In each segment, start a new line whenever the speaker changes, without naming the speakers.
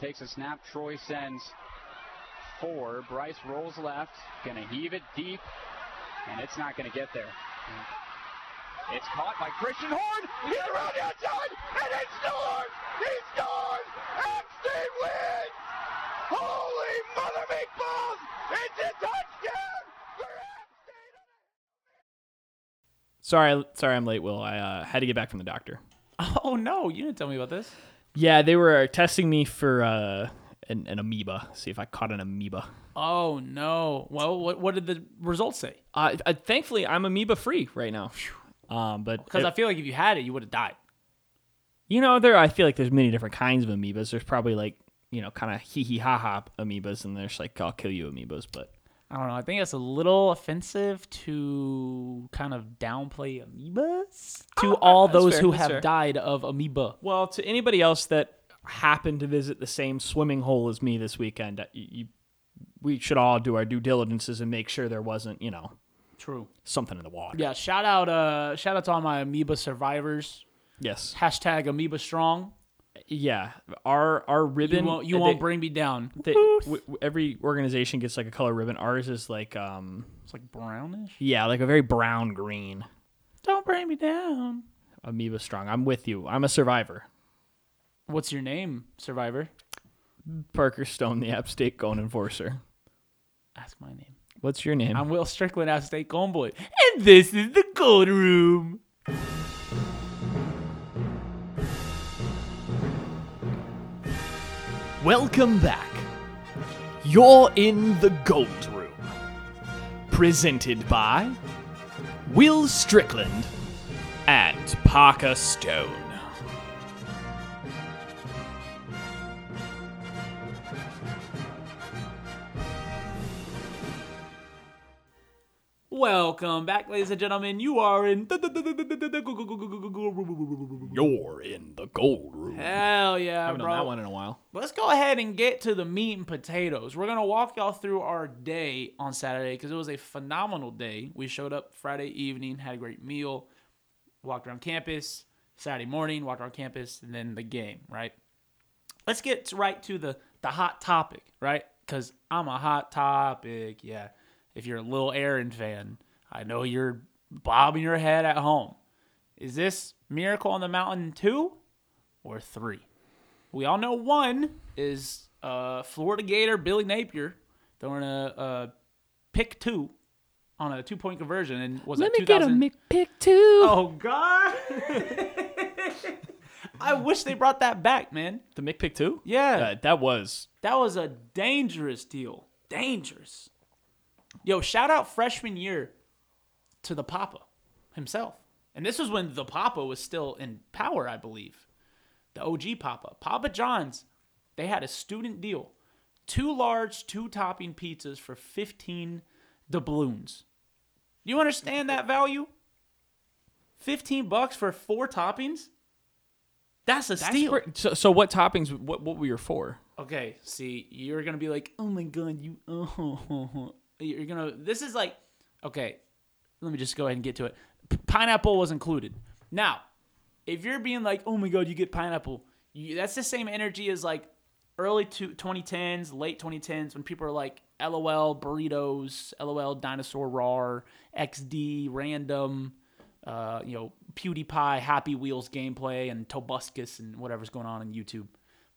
Takes a snap. Troy sends four. Bryce rolls left. Gonna heave it deep. And it's not gonna get there. It's caught by Christian Horn. He's around the outside. And it's gone. He's gone. Epstein wins. Holy mother meat balls. It's a touchdown for Epstein.
Sorry, sorry, I'm late, Will. I uh, had to get back from the doctor.
Oh no, you didn't tell me about this.
Yeah, they were testing me for uh, an, an amoeba. See if I caught an amoeba.
Oh no. Well, what what did the results say?
Uh, uh, thankfully, I'm amoeba free right now. Um, but
Because
it-
I feel like if you had it, you would have died.
you know, there I feel like there's many different kinds of amoebas. There's probably like you know, kind of hee hee ha ha amoebas, and there's like I'll kill you amoebas. But
I don't know. I think that's a little offensive to kind of downplay amoebas to all
that's
those
fair,
who
that's
have
fair.
died of amoeba.
well, to anybody else that happened to visit the same swimming hole as me this weekend, uh, you, you, we should all do our due diligences and make sure there wasn't you know
True.
something in the water.
Yeah. Shout out. Uh, shout out to all my amoeba survivors.
Yes.
Hashtag amoeba strong.
Yeah. Our our
You
ribbon.
won't. You
they-
won't bring me down.
they- w- w- every organization gets like a color ribbon. Ours is like um
It's like brownish.
yeah like a very brown green.
Don't bring me down.
Amoeba strong. I'm with you. I'm a survivor.
What's your name, survivor?
Parker Stone, the App State Cone Enforcer.
Ask my name.
What's your name?
I'm Will Strickland, out of state Golden Boy, and this is the Gold Room.
Welcome back. You're in the Gold Room. Presented by Will Strickland and Parker Stone.
Welcome back, ladies and gentlemen. You are in the- the- the- the- the- the- the- the Gold Room.
You're in the Gold Room.
Hell yeah,
haven't
bro!
done that one in a while.
Let's go ahead and get to the meat and potatoes. We're going to walk y'all through our day on Saturday because it was a phenomenal day. We showed up Friday evening, had a great meal, walked around campus, Saturday morning, walked around campus, and then the game, right? Let's get right to the the hot topic, right? Cuz I'm a hot topic. Yeah. If you're a little Aaron fan, I know you're bobbing your head at home. Is this Miracle on the Mountain 2 or 3? We all know one is uh, Florida Gator Billy Napier throwing a, a pick two on a two point conversion. And was that 2000
McPick too.
Oh God! I wish they brought that back, man.
The McPick too?
Yeah,
Uh, that was
that was a dangerous deal. Dangerous. Yo, shout out freshman year to the Papa himself. And this was when the Papa was still in power, I believe. The OG Papa, Papa John's. They had a student deal: two large, two topping pizzas for fifteen doubloons. You understand that value? 15 bucks for four toppings? That's a steal.
That's pre- so, so what toppings? What what were your four?
Okay, see, you're gonna be like, oh my god, you, oh, you're gonna. This is like, okay, let me just go ahead and get to it. P- pineapple was included. Now, if you're being like, oh my god, you get pineapple, you, that's the same energy as like early two, 2010s, late 2010s when people are like, lol burritos, lol dinosaur rar, xd random, uh, you know, PewDiePie, Happy Wheels gameplay, and Tobuscus and whatever's going on in YouTube.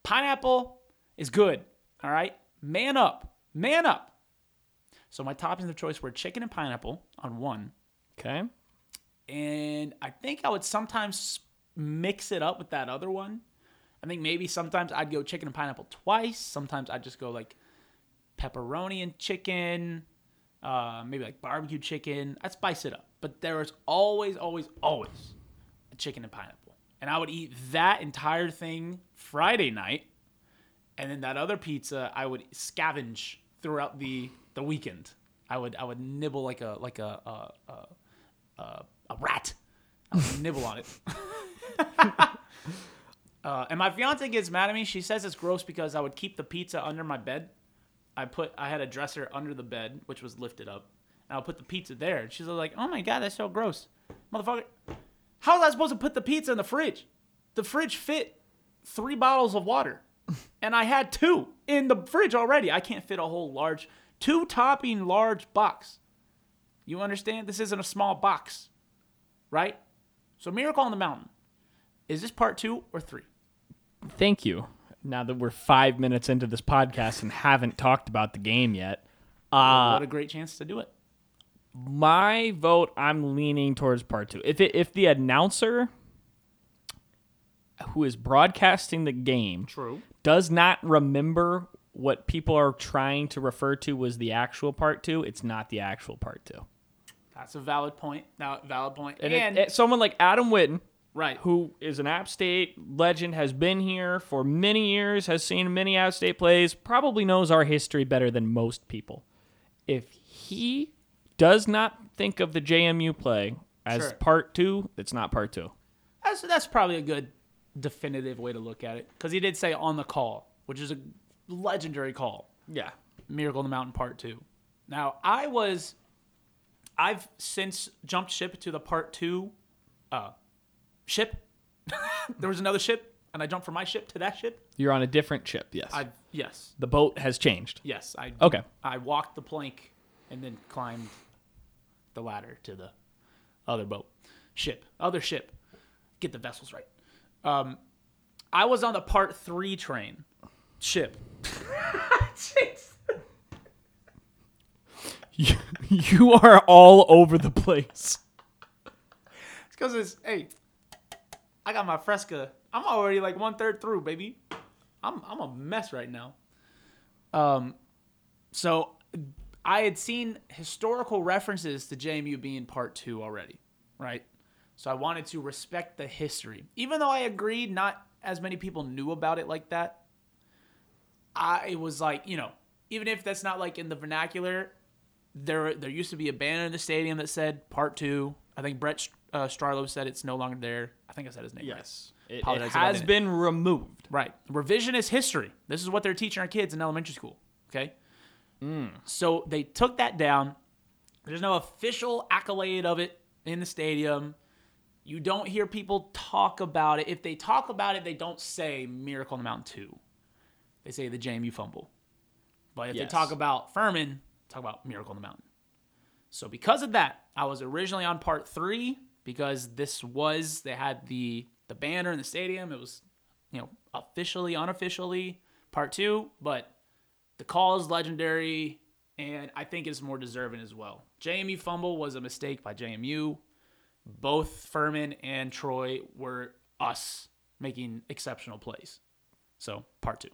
Pineapple is good. All right, man up, man up. So my toppings of choice were chicken and pineapple on one,
Okay.
and I think I would sometimes s- mix it up with that other one. I think maybe sometimes I'd go chicken and pineapple twice. Sometimes I'd just go like pepperoni and chicken, uh, maybe like barbecue chicken. I'd spice it up. But there was always, always, always a chicken and pineapple. And I would eat that entire thing Friday night. And then that other pizza I would scavenge throughout the, the weekend. I would I would nibble like a like a a, a, a, uh, a rat. I would nibble on it. uh, and my fiance gets mad at me. She says it's gross because I would keep the pizza under my bed. I put I had a dresser under the bed, which was lifted up, and I'll put the pizza there. And she's like, "Oh my god, that's so gross, motherfucker! How was I supposed to put the pizza in the fridge? The fridge fit three bottles of water. and I had two in the fridge already. I can't fit a whole large, two topping large box. You understand? This isn't a small box, right? So, Miracle on the Mountain. Is this part two or three?
Thank you. Now that we're five minutes into this podcast and haven't talked about the game yet, Uh,
what a great chance to do it.
my vote I'm leaning towards part two. If it, if the announcer who is broadcasting the game
True.
does not remember what people are trying to refer to as the actual part two, it's not the actual part two.
That's a valid point. Now, valid point.
And,
And,
it- it- someone like Adam Witten,
right.
who is an App State legend, has been here for many years, has seen many App State plays, probably knows our history better than most people. If he does not think of the JMU play as
Sure.
part two, it's not part two.
That's that's probably a good definitive way to look at it because he did say on the call, which is a legendary call,
Yeah.
Miracle on the Mountain Part Two. Now I was, I've since jumped ship to the Part Two, uh, ship. there was another ship, and I jumped from my ship to that ship.
You're on a different ship, yes.
I yes,
the boat has changed.
yes, I
Okay.
I walked the plank and then climbed the ladder to the other boat, ship, other ship. Get the vessels right. Um, I was on the part three train, ship. Jeez.
you are all over the place.
It's because it's hey, I got my fresca. I'm already like one third through, baby. I'm I'm a mess right now. Um, so I had seen historical references to JMU being part two already, right? So I wanted to respect the history, even though I agreed not as many people knew about it like that. I was like, you know, even if that's not like in the vernacular, there there used to be a banner in the stadium that said part two. I think Brett uh, Strarlo said it's no longer there. I think I said his name.
Yes.
Right.
It,
Apologize if I
has
didn't.
been removed.
Right. Revisionist history. This is what they're teaching our kids in elementary school. Okay. So they took that down. There's no official accolade of it in the stadium. You don't hear people talk about it. If they talk about it, they don't say Miracle on the Mountain 2. They say the JMU fumble. But if
Yes.
they talk about Furman, talk about Miracle on the Mountain. So because of that, I was originally on part three because this was they had the the banner in the stadium. It was, you know, officially, unofficially part two, but the call is legendary and I think it's more deserving as well. JMU fumble was a mistake by JMU. Both Furman and Troy were us making exceptional plays. So part two.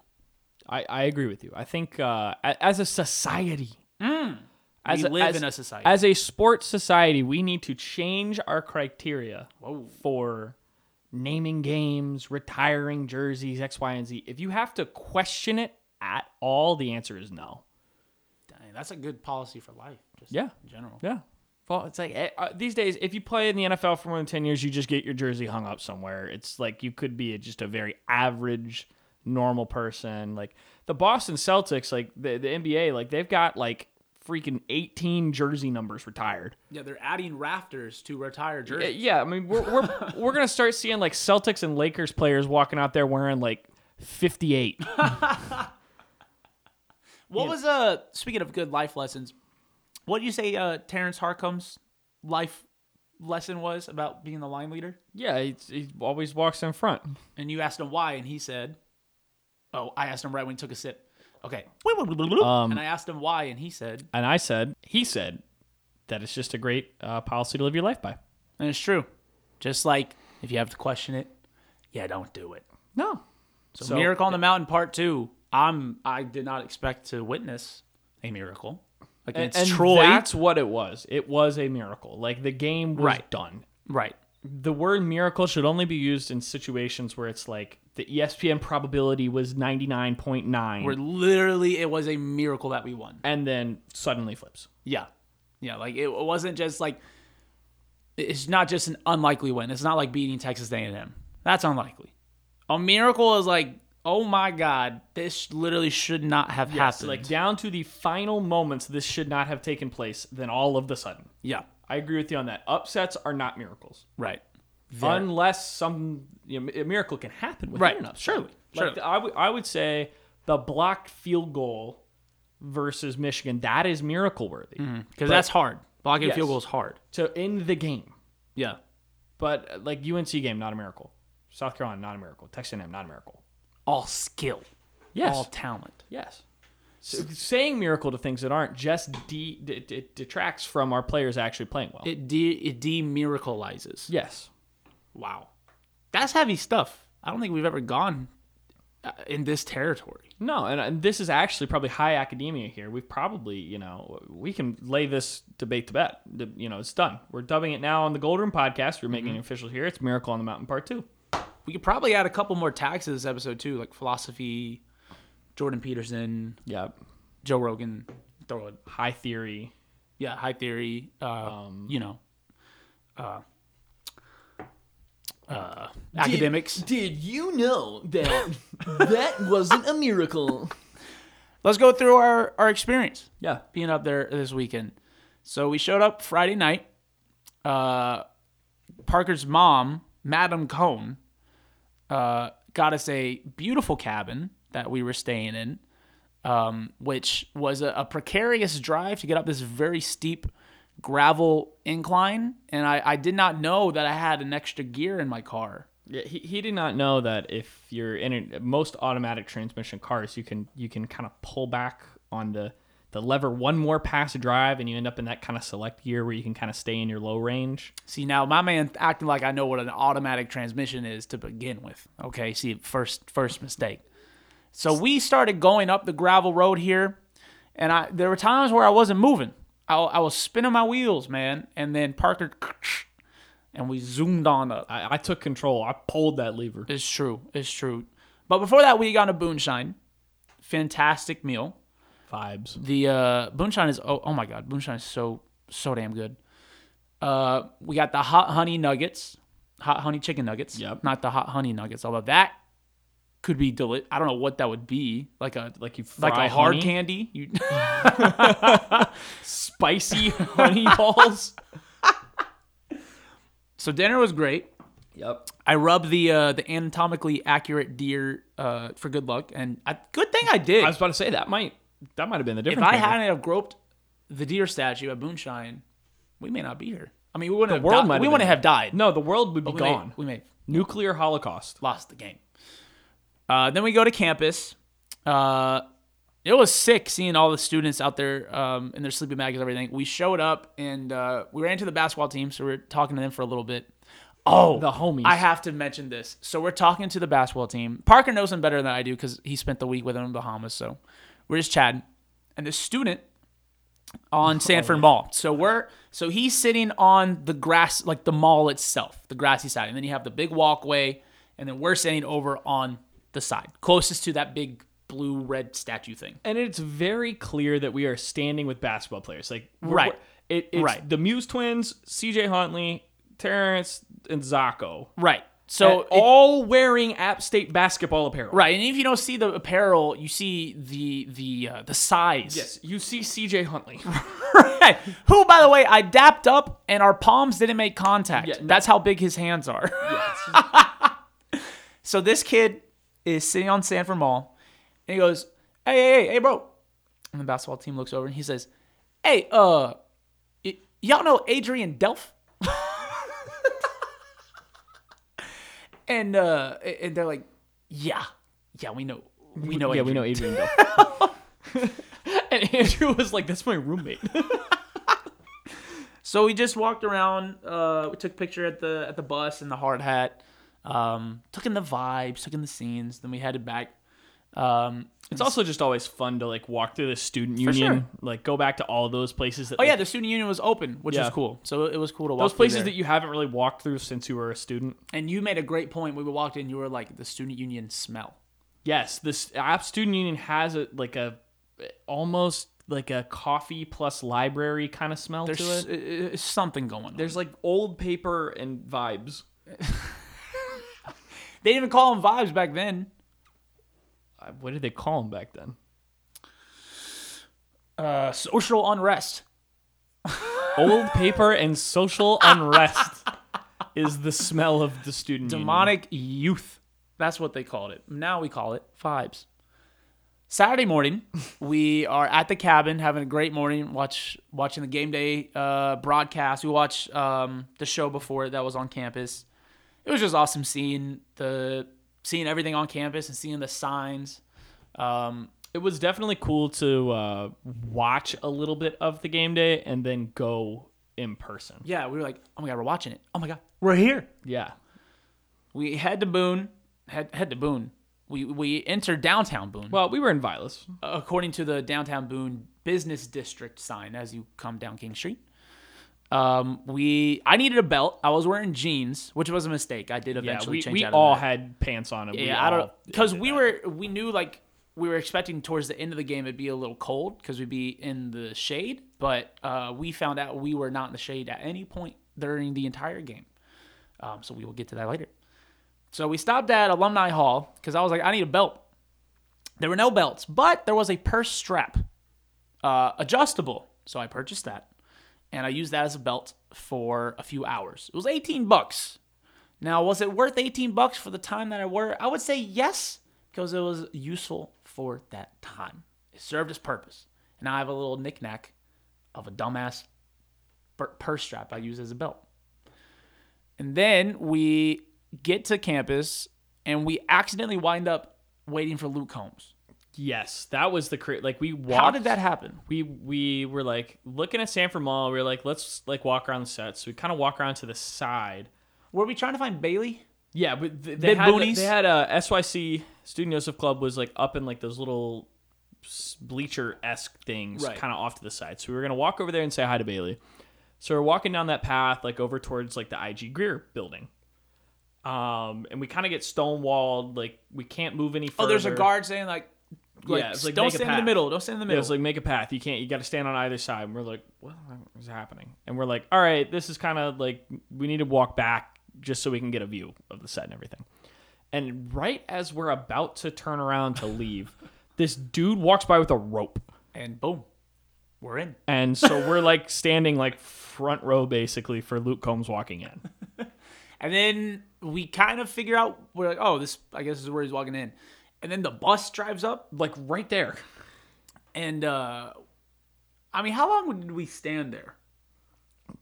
I, I agree with you. I think uh, a- as a society, as
we
a,
live
as-
in a society.
as a sports society, we need to change our criteria
Whoa.
for naming games, retiring jerseys, X, Y, and Z. If you have to question it at all, the answer is no.
Dang, that's a good policy for life, just
Yeah.
in general.
Yeah. Well, it's like eh, uh, these days, if you play in the NFL for more than 10 years, you just get your jersey hung up somewhere. It's like you could be a, just a very average, normal person. Like the Boston Celtics, like the, the NBA, like they've got like freaking 18 jersey numbers retired.
Yeah, they're adding rafters to retire
Eh,
jerseys.
Yeah. I mean, we're, we're, we're going to start seeing like Celtics and Lakers players walking out there wearing like 58.
What was uh speaking of good life lessons, what do you say uh Terrence Harcum's life lesson was about being the line leader?
yeah. He, he always walks in front.
And you asked him why, and he said Oh, I asked him right when he took a sip. Okay. and I asked him why, and he said
And I said, he said, that it's just a great uh, policy to live your life by.
And it's true. Just like if you have to question it, yeah, don't do it.
No.
So,
So-
Miracle on the Mountain Part Two. I'm I did not expect to witness a miracle. Against
and
Troy.
That's what it was. It was a miracle. Like the game was
Right.
done.
right.
The word miracle should only be used in situations where it's like the E ESPN probability was 99.9
Where literally it was a miracle that we won.
and then suddenly flips.
Yeah. Yeah. Like it wasn't just like it's not just an unlikely win. It's not like beating Texas A&M. That's unlikely. A miracle is like, oh my god, this literally should not have
So
happened.
like down to the final moments this should not have taken place then all of the sudden.
yeah,
I agree with you on that. Upsets are not miracles.
right,
Unless some you know, a miracle can happen within
Right.
an upset.
Surely.
Like
Surely.
I would I would say the blocked field goal versus Michigan. That is miracle worthy.
because that's hard. Blocking a
Yes.
field goal is hard.
So in the game,
Yeah.
but uh, like UNC game, not a miracle. South Carolina, not a miracle. Texas A&M, not a miracle.
All skill.
Yes.
All talent.
Yes. So saying miracle to things that aren't just de- d- d- it detracts from our players actually playing well.
It de it demiracolizes.
yes.
Wow. That's heavy stuff. I don't think we've ever gone uh, in this territory.
No, and, and this is actually probably high academia here. We've probably, you know, we can lay this debate to bed. The- You know, it's done. We're dubbing it now on the Gold Room podcast. We're making it official here. It's Miracle on the Mountain Part 2.
We could probably add a couple more tags to this episode too, like philosophy, Jordan Peterson,
Yep.
Joe Rogan, throw it.
High theory.
Yeah, high theory. Uh, you know, uh, uh, academics.
Did you know that that wasn't a miracle?
Let's go through our our experience.
Yeah.
being up there this weekend. So we showed up Friday night. Uh, Parker's mom, Madam Cohn, uh, got us a beautiful cabin that we were staying in, um, which was a, a precarious drive to get up this very steep gravel incline. And I, I did not know that I had an extra gear in my car.
Yeah, he, he did not know that if you're in a, most automatic transmission cars, you can you can kind of pull back on the the lever one more pass to drive, and you end up in that kind of select gear where you can kind of stay in your low range.
See, now my man acting like I know what an automatic transmission is to begin with. Okay, see, first first mistake. So we started going up the gravel road here, and I there were times where I wasn't moving. I, I was spinning my wheels, man, and then Parker, and we zoomed on up.
I, I took control. I pulled that lever.
It's true. It's true. But before that, we got a moonshine. Fantastic meal.
Vibes.
The uh, moonshine is oh, oh my god, moonshine is so so damn good. Uh, we got the hot honey nuggets, hot honey chicken nuggets.
Yep.
Not the hot honey nuggets, although that could be deli. I don't know what that would be. Like a
Like you fry
like a hard
honey?
candy. You
spicy honey balls.
so dinner was great.
Yep.
I rubbed the uh, the anatomically accurate deer uh, for good luck, and I, good thing I did.
I was about to say that might that might have been the
if
difference.
I
maker.
hadn't have groped the deer statue at Moonshine, we may not be here. I mean, we wouldn't have
world
di-
might have
we
been
wouldn't
here.
have died.
no, the world would be
we may-
gone.
we may
Nuclear holocaust.
lost the game. Uh, then we go to campus. Uh, it was sick seeing all the students out there um, in their sleeping bags and everything. We showed up and uh, we ran to the basketball team, so we were talking to them for a little bit. Oh,
The homies.
I have to mention this. So we're talking to the basketball team. Parker knows them better than I do because he spent the week with them in Bahamas. So we're just chatting, and the student
Oh,
on Sanford Mall. So we're so he's sitting on the grass, like the mall itself, the grassy side, and then you have the big walkway, and then we're sitting over on the side closest to that big blue red statue thing.
and it's very clear that we are standing with basketball players. Like we're-
Right.
we're- it, it's
Right.
The Muse twins, C.J. Huntley, Terrence, and Zacco,
Right.
so
So it-
all wearing App State basketball apparel.
right, and if you don't see the apparel, you see the the uh, the size.
Yes, you see C.J. Huntley.
Right. Who, by the way, I dapped up and our palms didn't make contact.
Yeah, no.
That's how big his hands are. so this kid is sitting on Sanford Mall and he goes, Hey, hey, hey, hey, bro. And the basketball team looks over and he says, Hey, uh, y- y'all know Adrian Delph? and uh a- and they're like, Yeah, yeah, we know. We know
yeah, we
Adrian."
know Adrian. Bill. and Andrew was like, "That's my roommate."
So we just walked around. Uh, we took a picture at the at the bus in the hard hat. Um, took in the vibes, took in the scenes. Then we headed back. Um,
It's also just always fun to like walk through the student union,
sure.
like go back to all those places. That,
oh
like,
yeah, the student union was open, which
Yeah.
was cool. So it was cool to walk.
those places
that
that you haven't really walked through since you were a student.
and you made a great point. when We walked in. You were like the student union smell.
Yes, this App Student Union has a like a almost like a coffee plus library kind of smell
There's
to it.
s- uh, uh, something going on.
There's like old paper and vibes.
they didn't even call them vibes back then.
Uh, What did they call them back then?
Uh, social unrest.
Old paper and social unrest is the smell of the student union.
Demonic youth. That's what they called it. Now we call it vibes. Saturday morning, we are at the cabin having a great morning. Watch watching the game day uh, broadcast. We watch um, the show before that was on campus. It was just awesome seeing the seeing everything on campus and seeing the signs. Um,
It was definitely cool to uh, watch a little bit of the game day and then go in person.
yeah, we were like, oh my god, we're watching it. Oh my god, we're here.
Yeah.
We head to Boone. Head head to Boone. We we enter downtown Boone.
Well, we were in Vilas.
according to the downtown Boone business district sign as you come down King Street. Um, we I needed a belt. I was wearing jeans, which was a mistake. I did
Yeah,
eventually
we,
change
we
out
all
of that.
had pants on. And we
yeah, I
all
don't because we were we knew like we were expecting towards the end of the game it'd be a little cold because we'd be in the shade, but uh, we found out we were not in the shade at any point during the entire game. Um, so we will get to that later. So we stopped at Alumni Hall because I was like, I need a belt. There were no belts, but there was a purse strap, uh, adjustable. So I purchased that, and I used that as a belt for a few hours. It was 18 bucks. Now, was it worth 18 bucks for the time that I wore? it? I would say yes, because it was useful for that time. It served its purpose. And I have a little knickknack of a dumbass pur- purse strap I use as a belt. And then we get to campus and we accidentally wind up waiting for Luke Combs.
Yes, that was the cra- like we walked.
How did that happen?
we we were like looking at Sanford Mall. We were like, let's like walk around the set. So we kind of walk around to the side.
Were we trying to find Bailey?
Yeah, but th- they had
boonies?
they had uh, a SYC Student Joseph Club was like up in like those little bleacher esque things,
Right.
kind of off to the side. So we were gonna walk over there and say hi to Bailey. So we're walking down that path, like over towards like the IG Greer building. Um, and we kind of get stonewalled, like we can't move any further.
Oh, there's a guard saying like, like,
Yeah, it's like,
don't
make a
stand in the
path.
middle. Don't stand in the
It
middle.
was like make a path. You can't. You got to stand on either side. And we're like, what is happening? And we're like, all right, this is kind of like we need to walk back just so we can get a view of the set and everything. And right as we're about to turn around to leave, this dude walks by with a rope.
and boom, we're in.
And so we're like standing like front row basically for Luke Combs walking in.
And then we kind of figure out we're like, oh, this I guess is where he's walking in. And then the bus drives up,
Like right there.
and uh I mean, how long did we stand there?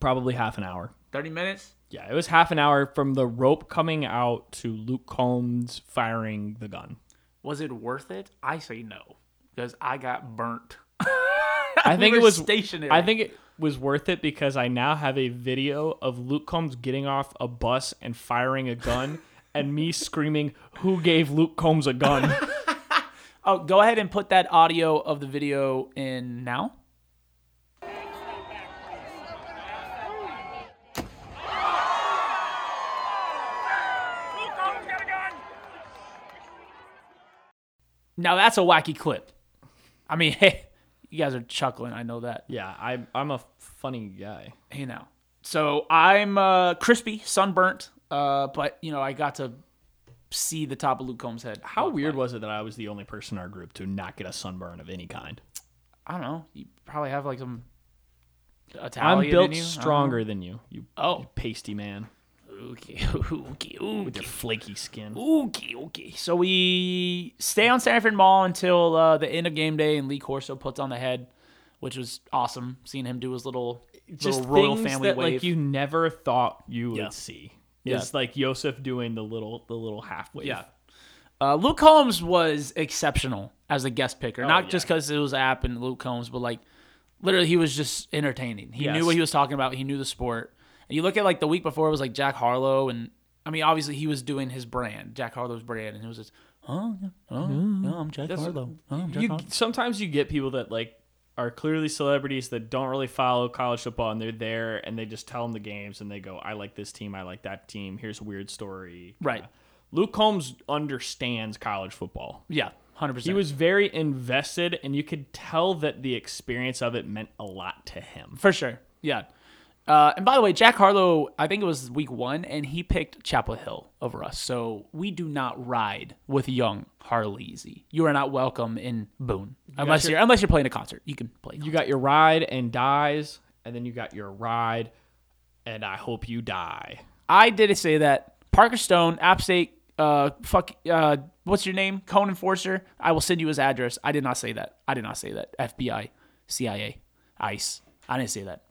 Probably half an hour.
Thirty minutes.
Yeah, it was half an hour from the rope coming out to Luke Combs firing the gun.
Was it worth it? I say no because I got burnt.
I
We
think
were
it was
stationary.
I think it was worth it because I now have a video of Luke Combs getting off a bus and firing a gun, and me screaming, "Who gave Luke Combs a gun?"
Oh, go ahead and put that audio of the video in now. Now that's a wacky clip. I mean, hey, you guys are chuckling. I know that.
yeah, I, I'm a funny guy.
Hey now. So I'm uh, crispy, sunburnt, uh, but you know I got to see the top of Luke Combs' head.
How weird was it that I was the only person in our group to not get a sunburn of any kind?
I don't know. You probably have like some
I'm
Italian. in
built
you. I don't
stronger than you, you
Oh.
pasty man
know. Okay. Okay.
with
Okay.
your flaky skin.
Okay. Okay. So we stay on Sanford Mall until uh, the end of game day, and Lee Corso puts on the head, which was awesome. Seeing him do his little
Just
little royal
things
family
that
wave.
like you never thought you would
Yeah.
see.
Yeah.
It's like Yosef doing the little the little half wave.
Yeah. Uh, Luke Holmes was exceptional as a guest picker,
Oh,
not just 'cause just because it was app and Luke Holmes, but like literally he was just entertaining. He
Yes.
knew what he was talking about. He knew the sport. And you look at like the week before it was like Jack Harlow, and I mean obviously he was doing his brand, Jack Harlow's brand, and it was just oh yeah, oh yeah, I'm Jack Harlow, oh, I'm Jack
Mm-hmm. you
Harlow.
sometimes you get people that like are clearly celebrities that don't really follow college football and they're there and they just tell them the games and they go i like this team i like that team here's a weird story
Right.
luke holmes understands college football
Yeah, hundred
he
percent.
was very invested and you could tell that the experience of it meant a lot to him
for sure. Yeah. Uh, and by the way, Jack Harlow, I think it was week one, and he picked Chapel Hill over us. So we do not ride with young Harleysy. You are not welcome in Boone unless
your-
you're unless you're playing a concert. You can play. a
you got your ride and dies and then you got your ride and i hope you die
I did say that Parker Stone, App State, uh, fuck, uh, what's your name? Cone enforcer. I will send you his address. I did not say that. I did not say that. FBI, CIA, ICE. I didn't say that.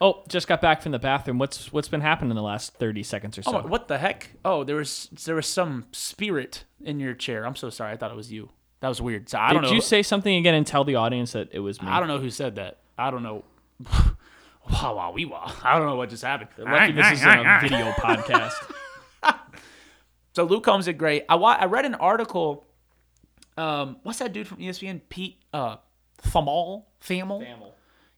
Oh, just got back from the bathroom. What's what's been happening in the last thirty seconds or so?
Oh, what the heck? Oh, there was there was some spirit in your chair. I'm so sorry. I thought it was you. That was weird. So I
Did
don't know.
you say something again and tell the audience that it was me?
I don't know who said that. I don't know. Wah wah wee wah. I don't know what just happened.
Lucky this is a video podcast.
So Luke Combs did great. I wa- I read an article. Um, what's that dude from ESPN? Pete uh, Thamal. Thamal.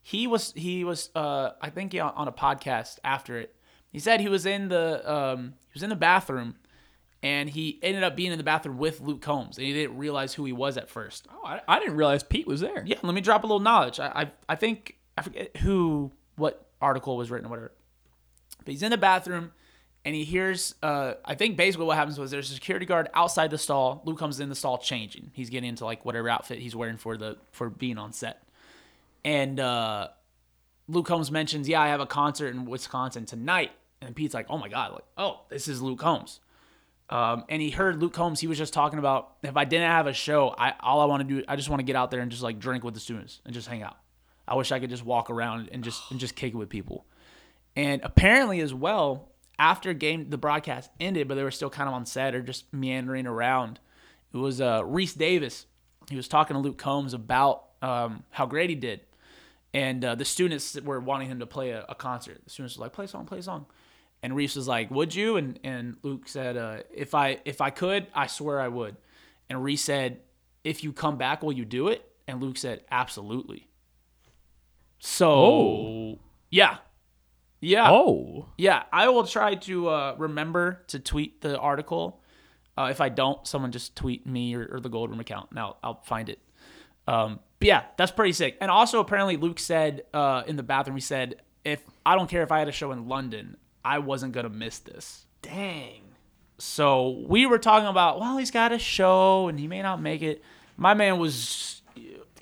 He was he was uh, I think he- on a podcast after it. He said he was in the um, he was in the bathroom, and he ended up being in the bathroom with Luke Combs, and he didn't realize who he was at first.
Oh, I, I didn't realize Pete was there.
Yeah, let me drop a little knowledge. I I, I think I forget who what article was written or whatever. But he's in the bathroom and he hears uh I think basically what happens was there's a security guard outside the stall. Luke comes in the stall changing. He's getting into like whatever outfit he's wearing for the for being on set. And uh Luke Holmes mentions, "Yeah, I have a concert in Wisconsin tonight." And Pete's like, "Oh my god, like, oh, this is Luke Holmes." Um, and he heard Luke Holmes. He was just talking about if I didn't have a show, I all I want to do, I just want to get out there and just like drink with the students and just hang out. I wish I could just walk around and just and just kick it with people. And apparently, as well, after game the broadcast ended, but they were still kind of on set or just meandering around. It was uh, Reese Davis. He was talking to Luke Combs about um, how great he did and uh, the students that were wanting him to play a, a concert. The students were like, "Play a song, play a song," and Reese was like, "Would you?" And and Luke said, uh, "If I if I could, I swear I would." And Reese said, "If you come back, will you do it?" And Luke said, "Absolutely." So
Oh.
yeah, yeah,
Oh,
yeah. I will try to uh, remember to tweet the article. Uh, if I don't, someone just tweet me or, or the Gold Room account, and I'll, I'll find it. Um, but yeah, that's pretty sick. And also, apparently, Luke said uh, in the bathroom, he said, "If I don't care if I had a show in London, I wasn't gonna miss this." Dang. So we were talking about, well, he's got a show and he may not make it. My man was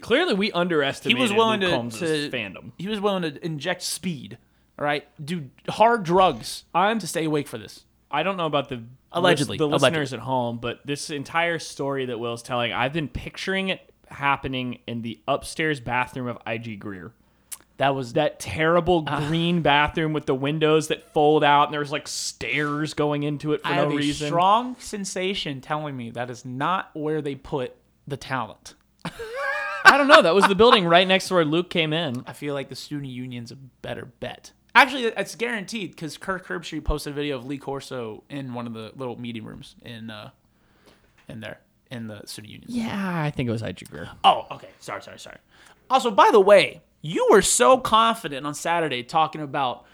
clearly we underestimated
he was willing
Luke
to,
Combs'
to-
fandom.
He was willing to inject speed. All right, do hard drugs.
I'm-
to stay awake for this.
I don't know about the
Allegedly,
the
allegedly.
listeners at home, but this entire story that Will's telling, I've been picturing it happening in the upstairs bathroom of IG Greer.
That was
That terrible
Ah.
green bathroom with the windows that fold out, and there's like stairs going into it for
I
no
have a
reason.
strong sensation telling me that is not where they put the talent.
I don't know. That was the building right next to where Luke came in.
I feel like the student union's a better bet. Actually, it's guaranteed because Kirk Herbstreit posted a video of Lee Corso in one of the little meeting rooms in uh, in there in the student union.
Yeah, I think it was IG Greer.
Oh, okay. Sorry, sorry, sorry. Also, by the way, you were so confident on Saturday talking about,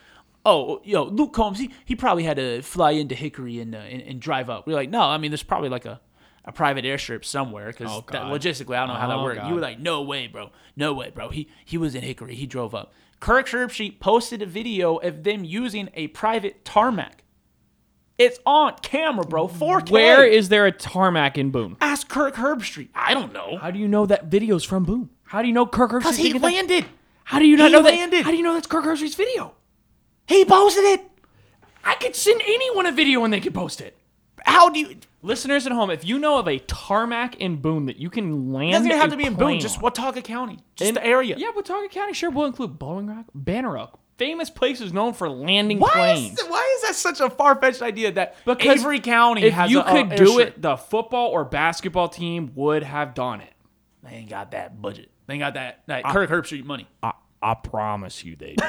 oh, yo, Luke Combs, he, he probably had to fly into Hickory and, uh, and and drive up. We are like, no, I mean, there's probably like a, a private airstrip somewhere because
Oh, God.
logistically, I don't know how that
Oh,
worked.
God.
You were like, no way, bro, no way, bro. He he was in Hickory, he drove up. Kirk Herbstreit posted a video of them using a private tarmac. It's on camera, bro. 4K.
Where is there a tarmac in Boone?
ask Kirk Herbstreit? I don't know.
How do you know that video's from Boone? How do you know Kirk Herbstreit's
Because he
thinking that-
landed.
How do you not
He
know that?
landed.
How do you know that's Kirk Herbstreit's video?
He posted it.
I could send anyone a video and they could post it.
How do you? It
Listeners at home, if you know of a tarmac in Boone that you can land,
doesn't even have
a
to be in
plane
Boone. Just
on.
Watauga County, just the area.
Yeah, Watauga County sure will include Bowling Rock, Banner Oak, famous places known for landing
Why
planes.
is, why is that such a far fetched idea that
Because
Avery County
if
has
you
a, a
could do
airstrip?
it, the football or basketball team would have done it.
They ain't got that budget. They ain't got that that
Ah.
Kirk Herbstreit money.
I, I promise you they do.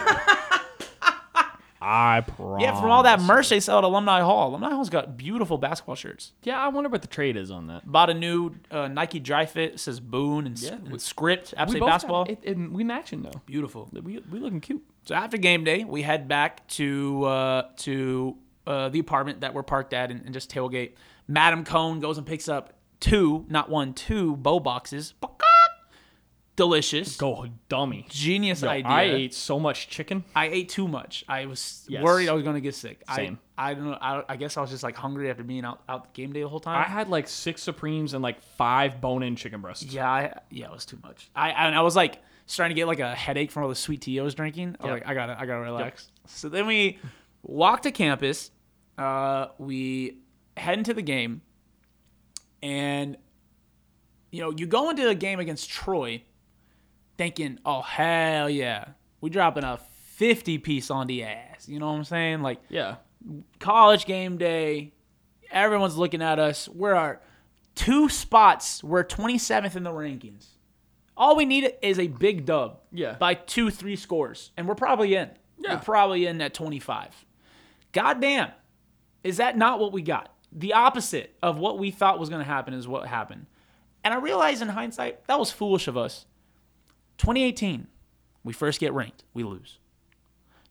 I promise.
Yeah, from all that merch they sell at Alumni Hall. Alumni Hall's got beautiful basketball shirts.
Yeah, I wonder what the trade is on that.
Bought a new uh, Nike dry fit. It says Boone and, s-
Yeah,
and
we-
script. App
We
State
both got
basketball.
It, it, we matching though.
beautiful.
We we looking cute.
So after game day, we head back to uh, to uh, the apartment that we're parked at and, and just tailgate. Madam Cone goes and picks up two, not one, two bow boxes. Delicious,
Go dummy.
genius
Yo,
idea.
I ate so much chicken.
I ate too much. I was
Yes.
worried I was gonna get sick.
Same.
I I don't know. I, I guess I was just like hungry after being out out game day the whole
I
time.
had like six supremes and like five bone-in chicken breasts.
yeah, I, yeah, it was too much. I and I was like starting to get like a headache from all the sweet tea I was drinking. I was
Yep.
like, I gotta, I gotta relax. So then we walk to campus. Uh, we head into the game, and you know you go into the game against Troy, thinking, "Oh hell yeah, we dropping a fifty piece on the ass." You know what I'm saying? Like
Yeah.
college game day, everyone's looking at us. We're our two spots. We're 27th in the rankings. All we need is a big dub.
Yeah.
By two, three scores, and we're probably in.
Yeah.
We're probably in at 25. Goddamn, is that not what we got? The opposite of what we thought was going to happen is what happened. And I realize in hindsight that was foolish of us. 2018, we first get ranked, we lose.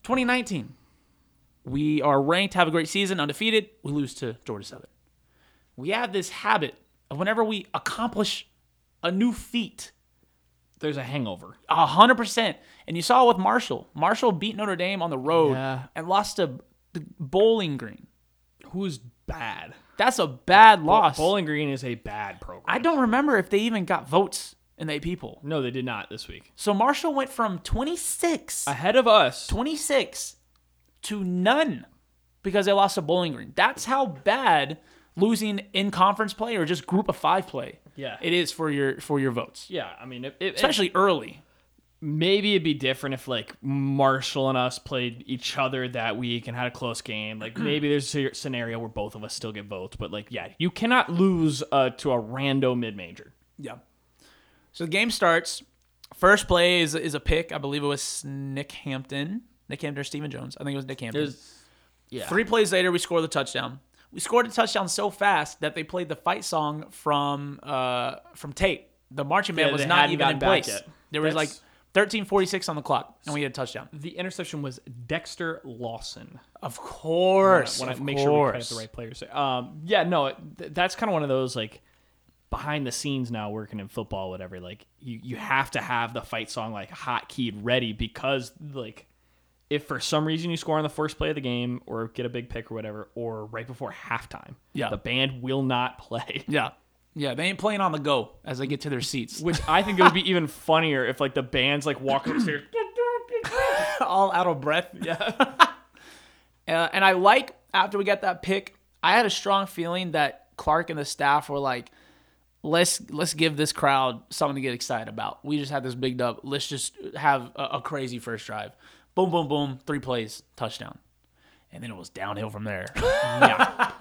2019, we are ranked, have a great season, undefeated. We lose to Georgia Southern. We have this habit of whenever we accomplish a new feat,
There's a hangover.
a hundred percent. And you saw with Marshall. Marshall beat Notre Dame on the road
Yeah.
and lost to the Bowling Green.
Who's bad?
That's a bad loss.
Bowling Green is a bad program.
I don't remember if they even got votes in they people.
No, they did not this week.
So Marshall went from 26,
Ahead of us.
26 to none because they lost to Bowling Green. That's how bad losing in conference play or just group of five play
Yeah.
it is for your for your votes,
yeah, I mean, it, it, it-
especially early.
maybe it'd be different if like Marshall and us played each other that week and had a close game. Like maybe there's a se- scenario where both of us still get votes, but like yeah, you cannot lose uh, to a rando mid major.
Yeah. So the game starts. First play is, is a pick. I believe it was Nick Hampton. Nick Hampton or Steven Jones. I think it was Nick Hampton.
yeah.
Three plays later, we score the touchdown. We scored a touchdown so fast that they played the fight song from uh, from Tate. The marching band
Yeah,
was
they
not
hadn't
even in
gotten back
place.
yet.
There was like
That's-
13:46 on the clock, and we had a touchdown.
The interception was Dexter Lawson.
Of course,
When I
of
make
course.
sure we credit the right players. Um, yeah, no, it, th- that's kind of one of those like behind the scenes now working in football, whatever. Like you, you have to have the fight song like hot keyed ready because like if for some reason you score on the first play of the game or get a big pick or whatever, or right before halftime,
Yeah.
the band will not play.
Yeah, yeah. They ain't playing on the go as they get to their seats.
Which I think it would be even funnier if like the band's like walking upstairs.
all out of breath. Yeah. uh, and I like after we got that pick, I had a strong feeling that Clark and the staff were like, let's let's give this crowd something to get excited about. We just had this big dub. Let's just have a, a crazy first drive. Boom, boom, boom. Three plays, touchdown. And then it was downhill from there.
yeah.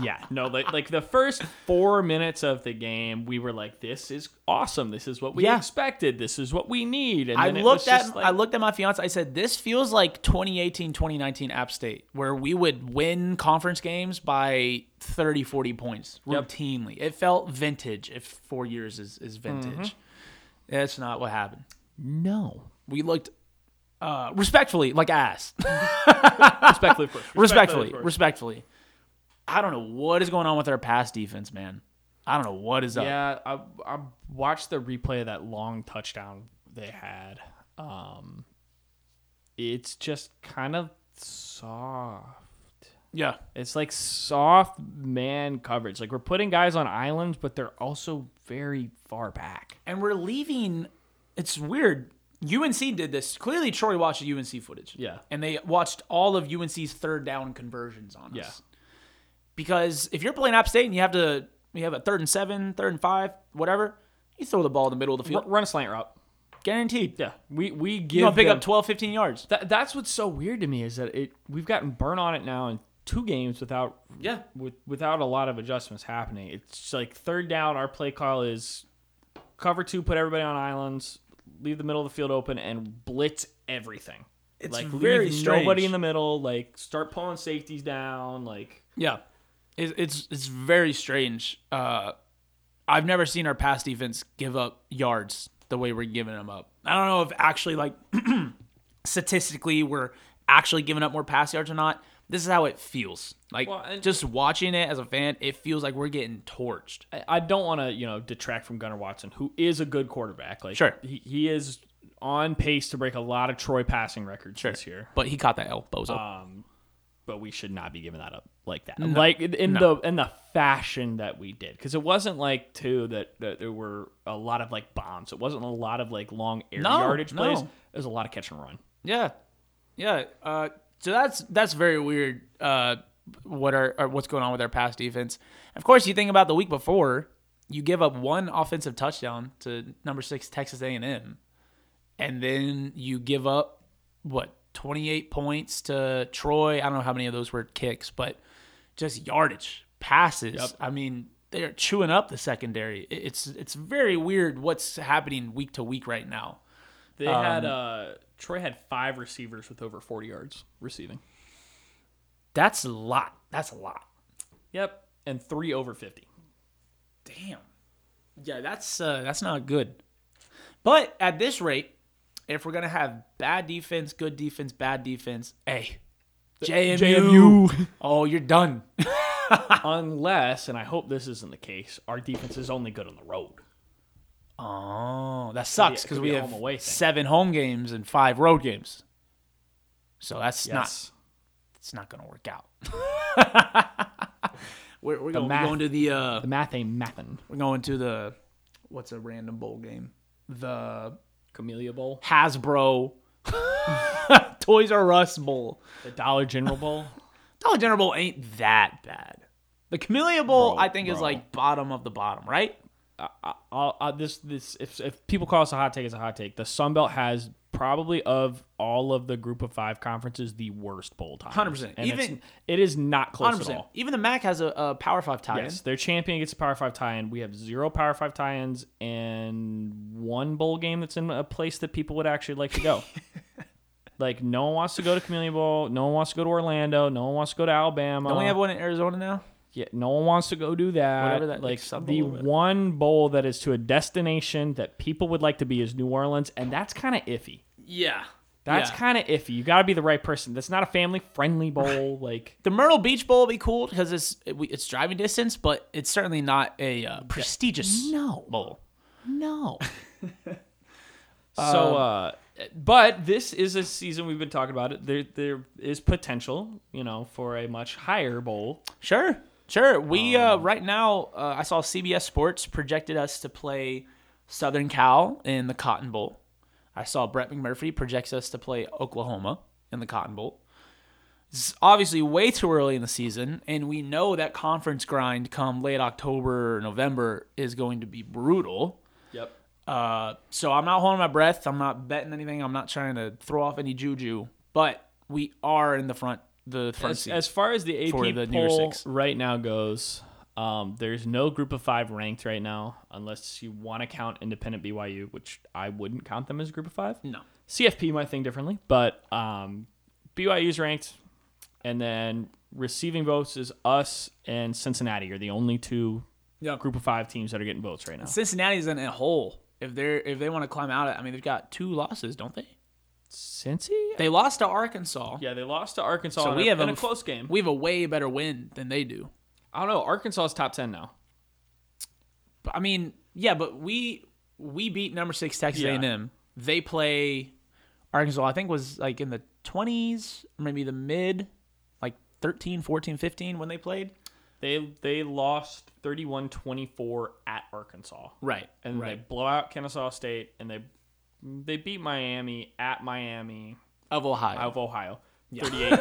Yeah. No, like, like the first four minutes of the game, we were like, this is awesome. This is what we
Yeah.
expected. This is what we need. And
I
then it
looked
was just
at
like,
I looked at my fiance. I said, "This feels like 2018, 2019 App State, where we would win conference games by 30, 40 points routinely. It felt vintage. If four years is is vintage,
Mm-hmm.
that's not what happened.
no.
We looked uh, respectfully like ass.
Respectfully, of course.
respectfully,
of course.
respectfully. I don't know what is going on with our pass defense, man. I don't know what is up.
yeah. I, I watched the replay of that long touchdown they had. Um, it's just kind of soft.
yeah.
It's like soft man coverage. Like we're putting guys on islands, but they're also very far back.
and we're leaving. It's weird. UNC did this. Clearly, Troy watched the UNC footage.
Yeah.
And they watched all of UNC's third down conversions on
Yeah.
us. Because if you're playing App State and you have to, you have a third and seven, third and five, whatever, you throw the ball in the middle of the
R-
field.
run a slant route.
Guaranteed.
Yeah, we we give
You're going to pick
them-
up 12, 15 yards.
That, that's what's so weird to me is that it we've gotten burnt on it now in two games without
Yeah.
with, without a lot of adjustments happening. It's like third down, our play call is cover two, put everybody on islands, leave the middle of the field open, and blitz everything.
It's
like
very
leave
strange.
nobody in the middle. Like start pulling safeties down. Like
Yeah, it's it's, it's very strange. Uh, I've never seen our pass defense give up yards the way we're giving them up. I don't know if actually like statistically we're actually giving up more pass yards or not. This is how it feels. Like
Well, and-
just watching it as a fan, it feels like we're getting torched.
I, I don't want to you know detract from Gunnar Watson, who is a good quarterback. Like
Sure.
he, he is on pace to break a lot of Troy passing records this year.
But he caught that L, bozo.
but we should not be giving that up like that. like in- in the in the fashion that we did, because it wasn't like too that, that there were a lot of like bombs. It wasn't a lot of like long air
No,
yardage
no.
plays. It was a lot of catch and run.
Yeah, yeah. Uh, so that's that's very weird. Uh, what are or what's going on with our pass defense. Of course, you think about the week before, you give up one offensive touchdown to number six Texas A and M, and then you give up what twenty eight points to Troy. I don't know how many of those were kicks, but just yardage passes. I mean, they're chewing up the secondary. It- It's it's very weird what's happening week to week right now.
They
Um,
had uh, Troy had five receivers with over 40 yards receiving.
That's a lot. That's a lot.
Yep, and three over 50.
Damn. Yeah, that's uh, that's not good. But at this rate, if we're gonna have bad defense, good defense, bad defense, hey, JMU,
JMU.
oh, you're done.
Unless, and I hope this isn't the case, our defense is only good on the road.
Oh, that sucks
could
because
be
we
a
have
home away thing.
seven home games and five road games. So that's not
Yes.
it's not gonna work out. we're we're going,
math.
going to the uh,
The math ain't mathin'.
we're going to the what's a random bowl game? The
Camellia Bowl.
Hasbro Toys R Us Bowl.
The Dollar General Bowl.
Dollar General Bowl ain't that bad. The Camellia Bowl,
Bro,
I think, is
bro.
like bottom of the bottom, right?
I'll, i this this if if people call us a hot take, it's a hot take. The Sun Belt has probably of all of the Group of Five conferences the worst bowl tie.
100%.
And it's-
Even-
it is not close
Hundred
at
percent.
all.
Even the MAC has a, a Power Five tie-in.
Yes, their champion gets a Power Five tie-in. We have zero Power Five tie-ins and one bowl game that's in a place that people would actually like to go. like no one wants to go to Community Bowl. No one wants to go to Orlando. No one wants to go to Alabama.
Don't we have one in Arizona now?
Yeah, no one wants to go do that.
Whatever that- like,
like
sub a
the
little bit.
one bowl that is to a destination that people would like to be is New Orleans, and that's kind of iffy.
Yeah.
That's
Yeah.
kind of iffy. You got to be the right person. That's not a family friendly bowl. Like
The Myrtle Beach Bowl will be cool because it's it, we- it's driving distance, but it's certainly not a uh, prestigious
no,
bowl.
no.
Um,
so, uh, but this is a season we've been talking about. It there there is potential, you know, for a much higher bowl.
Sure, sure. We
Um,
uh, right now, uh, I saw CBS Sports projected us to play Southern Cal in the Cotton Bowl. I saw Brett McMurphy projects us to play Oklahoma in the Cotton Bowl. It's obviously way too early in the season, and we know that conference grind come late October or November is going to be brutal.
Yep.
Uh, so I'm not holding my breath. I'm not betting anything. I'm not trying to throw off any juju, but we are in the front. The front
as,
seat.
as far as the AP
for the New Year
poll
Six.
right now goes, um, there's no group of five ranked right now, unless you want to count independent BYU, which I wouldn't count them as a group of five.
no.
CFP might think differently, but um, BYU's ranked, and then receiving votes is us and Cincinnati are the only two
Yeah.
group of five teams that are getting votes right now.
Cincinnati's in a hole. If they're if they want to climb out, of it, I mean they've got two losses, don't they?
Cincy?
They lost to Arkansas.
Yeah, they lost to Arkansas
So
in,
we
a,
have
in
a-
a close game.
We have a way better win than they do.
I don't know. Arkansas is top ten now.
But, I mean, yeah, but we we beat number six Texas
Yeah.
A&M. They play Arkansas. I think was like in the twenties, maybe the mid, like 13, 14, 15 when they played.
They they lost 31-24 at Arkansas.
Right.
and they blow out Kennesaw State, and they they beat Miami at Miami
Of Ohio.
of Ohio, 38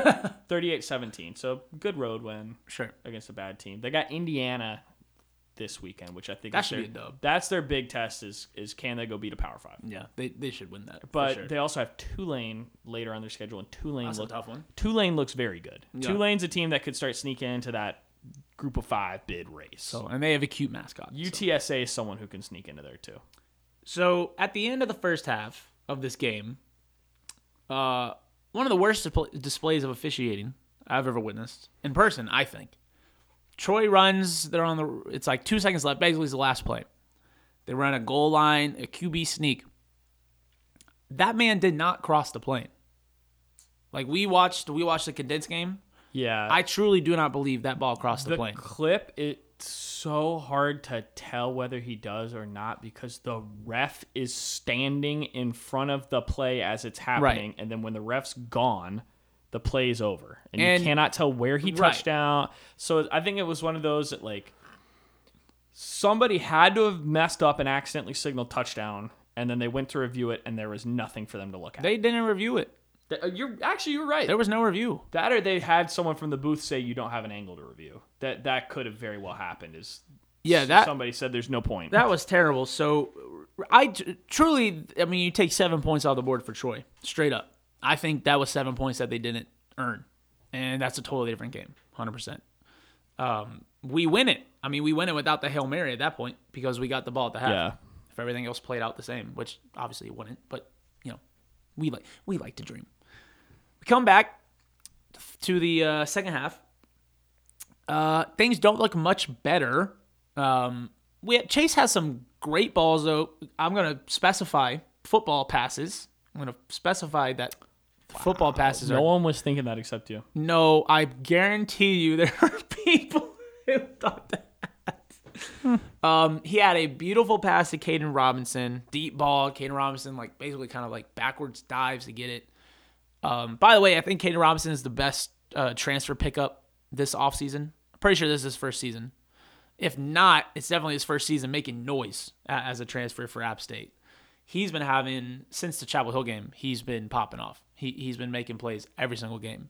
38-17. So good road win
sure.
against a bad team. They got Indiana this weekend, which I think
That
is
should
their,
be a dub.
That's their big test is is can they go beat a Power Five?
Yeah. They they should win that. for
But
sure.
they also have Tulane later on their schedule, and Tulane
that's a
look-
tough one.
Tulane looks very good. Tulane's a team that could start sneaking into that group of five bid race.
So and they have a cute mascot. so.
UTSA is someone who can sneak into there too.
So at the end of the first half of this game, uh, one of the worst displ- displays of officiating I've ever witnessed in person. I think Troy runs. They're on the. It's like two seconds left. Basically, it's the last play. They run a goal line, a QB sneak. That man did not cross the plane. Like we watched, we watched the condensed game.
Yeah,
I truly do not believe that ball crossed the,
the
plane.
clip it's so hard to tell whether he does or not because the ref is standing in front of the play as it's happening and then when the ref's gone the play's over and,
And-
you cannot tell where he
Right.
touched out so i think it was one of those that like somebody had to have messed up and accidentally signaled touchdown and then they went to review it and there was nothing for them to look at
They didn't review it.
Th- uh, You're actually you're right.
There was no review.
That or they had someone from the booth say you don't have an angle to review. That that could have very well happened. Is
Yeah, that
somebody said there's no point.
that was terrible. So I t- truly, I mean, you take seven points off the board for Troy, straight up. I think that was seven points that they didn't earn, and that's a totally different game, hundred percent. Um, we win it. I mean, we win it without the hail mary at that point because we got the ball at the half.
Yeah.
If everything else played out the same, which obviously it wouldn't, but you know, we like we like to dream. We come back to the uh, second half. Uh, things don't look much better. Um, we Chase has some great balls though. I'm gonna specify football passes. I'm gonna specify that football passes
no
are
one was thinking that except you.
no. I guarantee you, there are people who thought that. Um, he had a beautiful pass to Caden Robinson, deep ball. Caden Robinson, like basically kind of like backwards dives to get it. Um, by the way, I think Caden Robinson is the best uh, transfer pickup this offseason. I'm pretty sure this is his first season. If not, it's definitely his first season making noise a- as a transfer for App State. He's been having since the Chapel Hill game. He's been popping off. He he's been making plays every single game.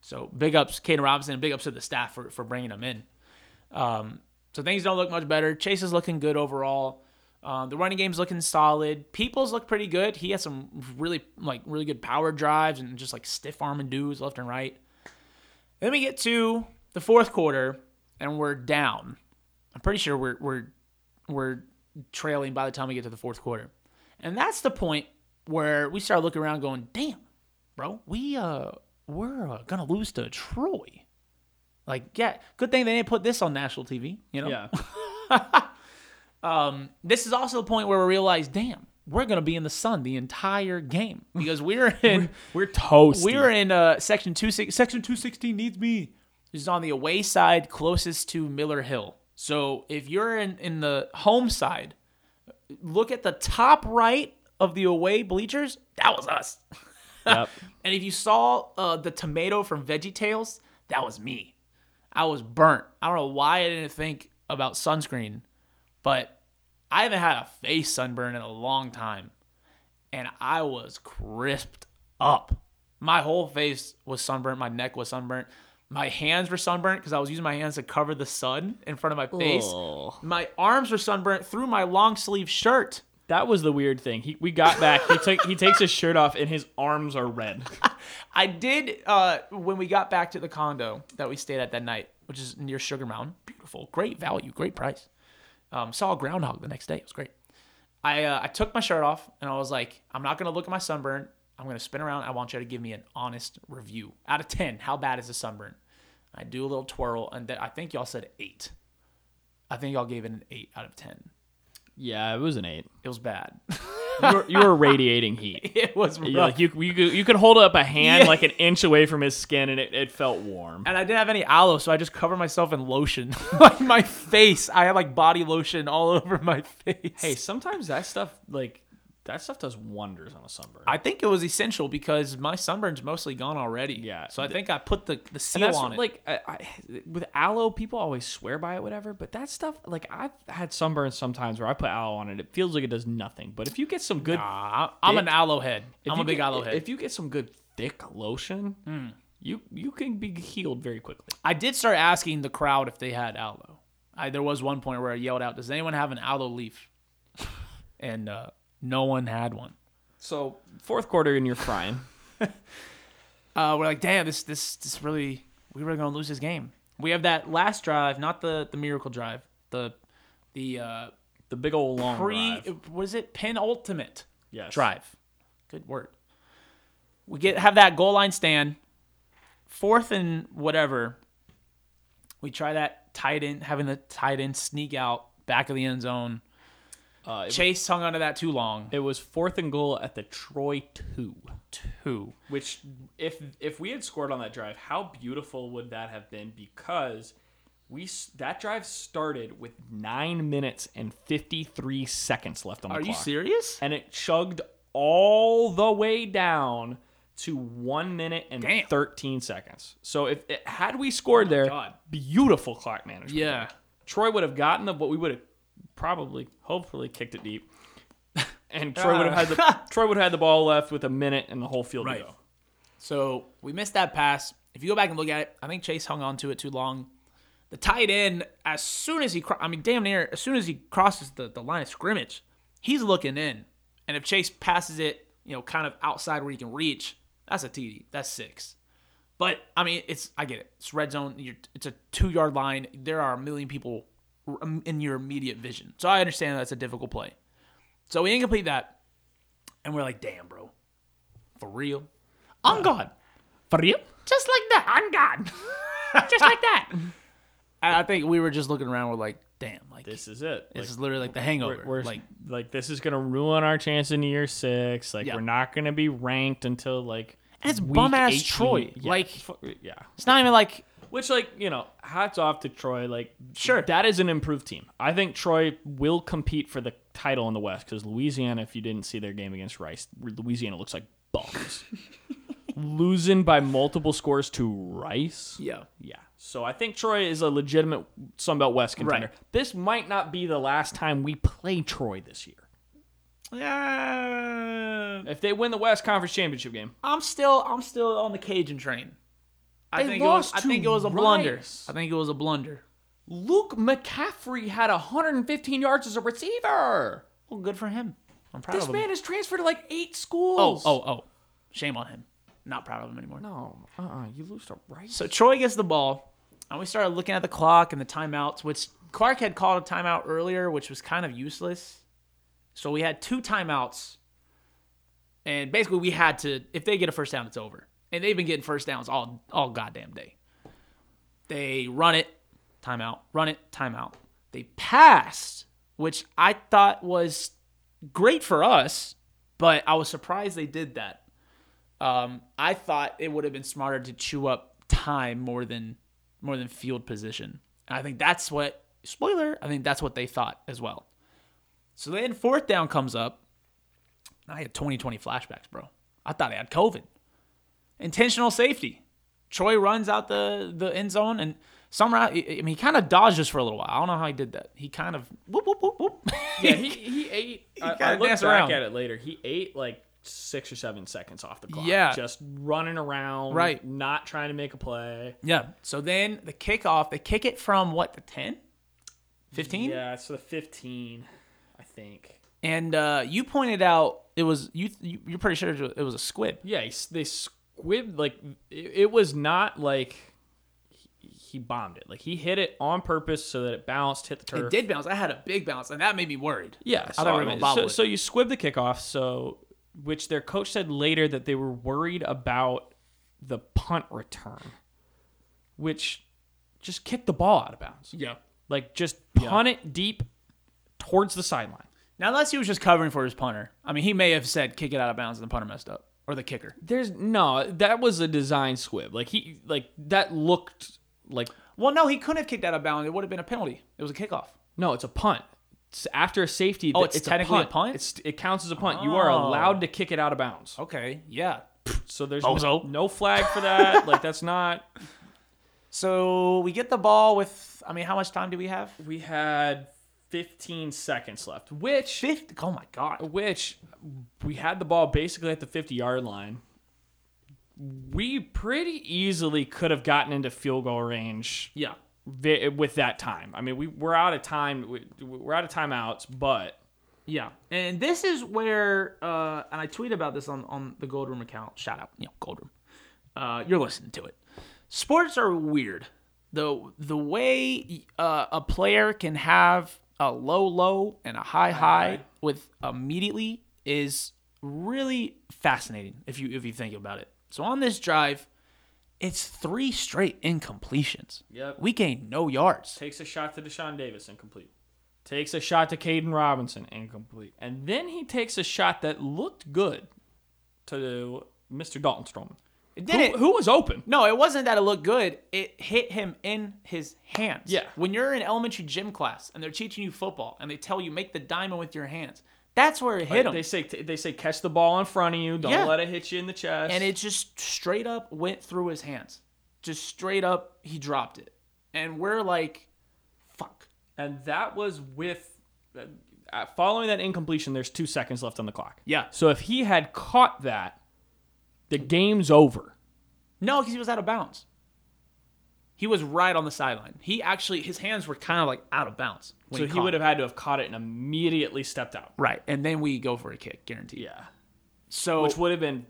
So big ups, Caden Robinson. Big ups to the staff for for bringing him in. Um, so things don't look much better. Chase is looking good overall. Um, the running game's looking solid. Peoples look pretty good. He has some really like really good power drives and just like stiff arming dudes left and right. Then we get to the fourth quarter and we're down. I'm pretty sure we're we're we're trailing by the time we get to the fourth quarter. And that's the point where we start looking around going, "Damn, bro, we uh we're uh, going to lose to Troy." Like, yeah, good thing they didn't put this on national TV, you know?
Yeah.
Um, this is also the point where we realize, damn, we're gonna be in the sun the entire game because we're in
We're toast.
we're in uh, section two six section two sixteen needs me. This is on the away side, closest to Miller Hill. So if you're in in the home side, look at the top right of the away bleachers. That was us.
Yep.
And if you saw uh, the tomato from Veggie Tales, that was me. I was burnt. I don't know why I didn't think about sunscreen, but I haven't had a face sunburn in a long time, and I was crisped up. My whole face was sunburnt. My neck was sunburnt. My hands were sunburnt because I was using my hands to cover the sun in front of my face. My arms were sunburnt through my long sleeve shirt.
That was the weird thing. He, we got back. He took he takes his shirt off and his arms are red.
I did uh, when we got back to the condo that we stayed at that night, which is near Sugar Mountain. Beautiful, great value, great price. Um, saw a groundhog the next day. It was great. I uh, I took my shirt off and I was like, I'm not gonna look at my sunburn. I'm gonna spin around. I want you to give me an honest review out of ten. How bad is the sunburn? I do a little twirl and then I think y'all said eight. I think y'all gave it an eight out of ten.
Yeah, it was an eight.
It was bad.
You were, you were radiating heat.
it was
You,
rough.
like you, you could- you could hold up a hand
Yeah.
like an inch away from his skin and it, it felt warm.
and I didn't have any aloe, so I just covered myself in lotion. like my face, I had like body lotion all over my face.
Hey, sometimes that stuff like that stuff does wonders on a sunburn.
I think it was essential because my sunburn's mostly gone already.
Yeah.
So I think I put the, the
And
seal
that's
on it.
like I, I, with aloe, people always swear by it, whatever. But that stuff, like I've had sunburns sometimes where I put aloe on it, it feels like it does nothing. But if you get some good,
Nah, I- I'm an aloe head.
if
I'm
you
a big
get-
aloe head. Hmm.
If you get some good thick lotion, you you can be healed very quickly.
I did start asking the crowd if they had aloe. I, there was one point where I yelled out, "Does anyone have an aloe leaf?" and uh, no one had one.
So fourth quarter and you're frying.
uh, we're like, damn, this this this really we were gonna lose this game. We have that last drive, not the the miracle drive, the the uh,
the big old long
pre
drive.
was it penultimate
Yes.
drive. Good word. We get have that goal line stand, fourth and whatever. We try that tight end, having the tight end sneak out back of the end zone.
Uh, it,
Chase hung onto that too long.
it was fourth and goal at the Troy two.
Who?
Which, if if we had scored on that drive, how beautiful would that have been? Because we s- that drive started with nine minutes and fifty three seconds left on the
Are
clock,
you serious?
and it chugged all the way down to one minute and
Damn. Oh
thirteen seconds. So if it, had we scored there,
God.
beautiful clock management.
Yeah.
Troy would have gotten the, but we would have probably, hopefully, kicked it deep. And Troy would have had the Troy would have had the ball left with a minute and the whole field to
Right.
go.
So we missed that pass. If you go back and look at it, I think Chase hung on to it too long. The tight end, as soon as he, cro- I mean, damn near, as soon as he crosses the, the line of scrimmage, he's looking in. And if Chase passes it, you know, kind of outside where he can reach, that's a TD. That's six. But I mean, it's I get it. It's red zone. You're, it's a two yard line. There are a million people r- um, in your immediate vision. So I understand that's a difficult play. So we incomplete that, and we're like, damn, bro, for real, I'm God,
For real?
just like that. I'm God, just like that. And I think we were just looking around. We're like, damn, like this,
This is it. Like,
is literally like the Hangover.
we're, we're
like
like, like this is gonna ruin our chance into year six. Like
Yeah.
we're not gonna be ranked until like
And it's
week
bum-ass
18.
Troy.
Yeah.
Like-
Fu- yeah.
it's not even like
Which like you know, hats off to Troy. Like
Sure.
that is an improved team. I think Troy will compete for the title in the West because Louisiana. If you didn't see their game against Rice, Louisiana looks like bums, losing by multiple scores to Rice.
yeah.
Yeah. So I think Troy is a legitimate Sunbelt West contender.
Right.
This might not be the last time we play Troy this year.
Yeah,
If they win the West Conference Championship game,
I'm still I'm still on the Cajun train. I
They
think
lost
it was,
to
I think it was a blunder.
Rice.
I think it was a blunder.
Luke McCaffrey had 115 yards as a receiver.
Well, good for him. I'm proud
This
of him.
man has transferred to like eight
oh,
schools.
oh, oh. Shame on him. Not proud of him anymore.
No, uh-uh, you lose to Rice.
So Troy gets the ball, and we started looking at the clock and the timeouts, which Clark had called a timeout earlier, which was kind of useless. So we had two timeouts, and basically we had to. If they get a first down, it's over. And they've been getting first downs all all goddamn day. They run it, timeout. Run it, timeout. They passed, which I thought was great for us, but I was surprised they did that. Um, I thought it would have been smarter to chew up time more than more than field position. And I think that's what spoiler. I think that's what they thought as well. So then fourth down comes up. And I had 2020 flashbacks, bro. I thought I had COVID. Intentional safety. Troy runs out the the end zone and somehow I I mean he kind of dodged us for a little while. I don't know how he did that. He kind of whoop whoop whoop whoop.
Yeah, he, he ate. I,
kinda
I looked
danced
back
around.
at it later. He ate like six or seven seconds off the clock.
Yeah.
just running around.
Right.
not trying to make a play.
yeah. So then the kickoff, they kick it from what the 10, 15.
Yeah, it's the 15, I think.
And uh, you pointed out it was you, you. You're pretty sure it was a squib.
Yeah, he, s- they squibbed like it, it was not like he, he bombed it. Like he hit it on purpose so that it bounced, hit the turf.
It did bounce. I had a big bounce, and that made me worried.
Yeah, so,
thought we were
I
gonna
mean,
bobble
so,
it.
so you squibbed the kickoff, so which their coach said later that they were worried about the punt return, which just kick the ball out of bounds.
Yeah.
Like just punt it deep towards the sideline.
Now, unless he was just covering for his punter. I mean, he may have said kick it out of bounds, and the punter messed up, or the kicker.
There's no that was a design squib. Like he like that looked like
Well, no, he couldn't have kicked out of bounds. It would have been a penalty. It was a kickoff.
No, it's a punt. It's after a safety.
Oh,
th-
it's technically a punt?
It's, it counts as a punt. You are
Oh.
allowed to kick it out of bounds.
Okay. Yeah.
So there's no,
Bozo.
no flag for that. like that's not.
So we get the ball with. I mean, how much time do we have?
We had 15 seconds left, which
Fifty. Oh my god.
which we had the ball basically at the 50 yard line. We pretty easily could have gotten into field goal range
Yeah.
vi- with that time. I mean, we we're out of time. We, we're out of timeouts, but
Yeah. And this is where, uh, and I tweet about this on, on the Gold Room account. Shout out, you know, Gold Room. Uh, you're listening to it. Sports are weird. The the way uh, a player can have a low low and a high high with immediately is really fascinating if you if you think about it. So on this drive, it's three straight incompletions.
Yep.
We gained no yards.
takes a shot to Deshaun Davis, incomplete. Takes a shot to Caden Robinson, incomplete. And then he takes a shot that looked good to Mr. Dalton Strowman,
It
who,
didn't-
who was open.
No, it wasn't that it looked good. It hit him in his hands.
Yeah.
When you're in elementary gym class and they're teaching you football and they tell you make the diamond with your hands, that's where it hit him.
They say they say catch the ball in front of you. Don't
Yeah.
let it hit you in the chest.
and it just straight up went through his hands. Just straight up, he dropped it. And we're like, fuck.
and that was with uh, following that incompletion. There's two seconds left on the clock.
Yeah.
So if he had caught that, the game's over.
No, because he was out of bounds. He was right on the sideline. He actually, his hands were kind of like out of bounds. when
So he
caught
would
it.
have had to have caught it and immediately stepped out.
Right. And then we go for a kick, guaranteed.
Yeah.
So,
Which would have been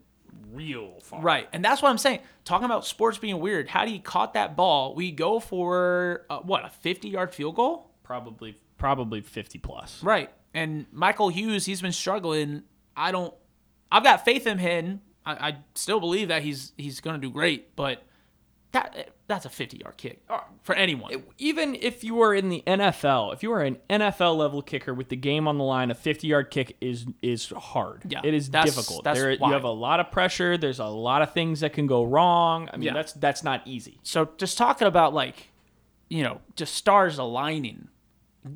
real far.
right. And that's what I'm saying. Talking about sports being weird, had he caught that ball, we go for uh, what, a 50 yard field goal?
Probably probably 50 plus.
Right. And Michael Hughes, he's been struggling. I don't. I've got faith in him. I, I still believe that he's he's gonna do great, but that that's a 50 yard kick uh, for anyone.
Even if you are in the NFL, if you are an NFL level kicker with the game on the line, a 50-yard kick is is hard.
Yeah,
it is
that's-
difficult.
that's
there,
why.
you have a lot of pressure. There's a lot of things that can go wrong. I mean,
Yeah.
that's that's not easy.
so just talking about like, you know, just stars aligning.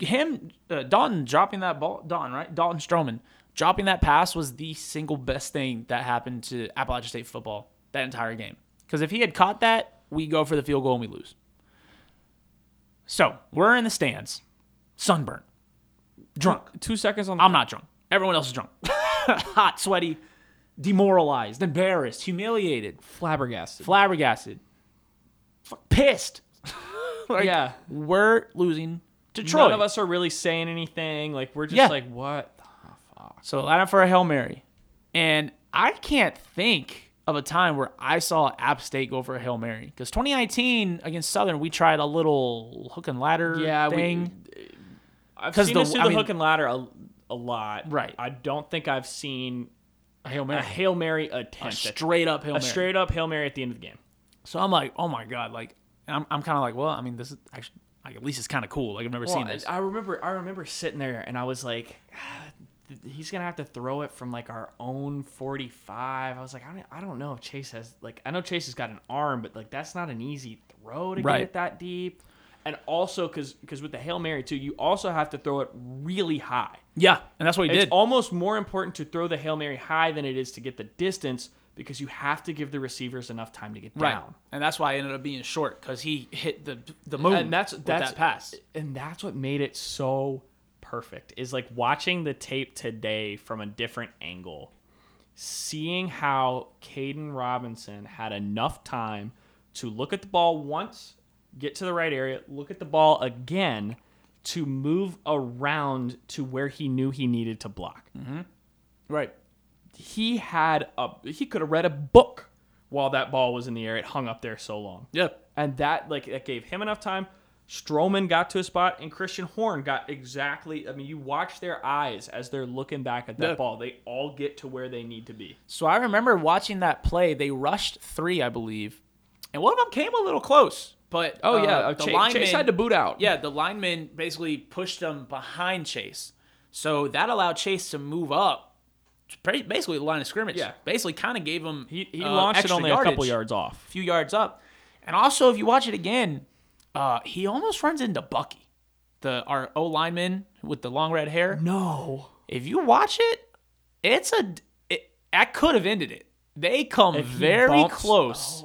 Him, uh, Dalton dropping that ball, Dalton right, Dalton Stroman dropping that pass was the single best thing that happened to Appalachian State football that entire game. Because if he had caught that, we go for the field goal and we lose. So we're in the stands, sunburnt, drunk.
Two seconds on the
I'm not drunk. Everyone else is drunk, hot, sweaty, demoralized, embarrassed, humiliated,
flabbergasted.
flabbergasted, fuck, pissed. Like,
yeah.
we're losing to Troy.
None of us are really saying anything. Like we're just
Yeah.
like, what?
So line up for a hail mary, and I can't think of a time where I saw App State go for a hail mary because 2019 against Southern we tried a little hook and ladder
Yeah, we-
thing.
I've
'Cause
seen
the-
us do
I
the
mean-
hook and ladder a, a lot.
Right.
I don't think I've seen
a hail
a
mary,
hail mary attempt,
straight up hail
a
mary.
straight up hail mary at the end of the game.
so I'm like, oh my god, like and I'm I'm kind of like, well, I mean, this is actually like at least it's kind of cool. Like I've never seen
Well,
this.
I, I remember I remember sitting there and I was like "Ah, th- he's gonna have to throw it from like our own 45 i was like i don't, I don't know if chase has like i know chase has got an arm but like that's not an easy throw to
Right.
get it that deep and also because because with the hail mary too you also have to throw it really high
yeah, and that's what he
it's
did.
almost more important to throw the hail mary high than it is to get the distance because you have to give the receivers enough time to get
Right.
down
and that's why I ended up being short because he hit the the moon.
and that's
with
that's
that pass.
and that's what made it so perfect is like watching the tape today from a different angle seeing how Caden Robinson had enough time to look at the ball once get to the right area look at the ball again to move around to where he knew he needed to block
Hmm. Right.
he had a he could have read a book while that ball was in the air it hung up there so long
Yeah.
and that like that gave him enough time. Strowman got to a spot, and Christian Horn got exactly. I mean, you watch their eyes as they're looking back at that
Yeah.
ball. They all get to where they need to be.
So I remember watching that play. They rushed three, I believe, and one of them came a little close. But
Oh,
uh, the lineman,
boot out.
Yeah, the lineman basically pushed them behind Chase, so that allowed Chase to move up, to pretty- basically the line of scrimmage.
Yeah.
basically kind of gave him
he, he
uh,
launched it
extra
only a couple
yardage.
yards off.
few yards up. And also, if you watch it again, uh, he almost runs into Bucky, the our O lineman with the long red hair.
No,
If you watch it, it's a it, I could have ended it. They come
he
very
bumps- Oh.
close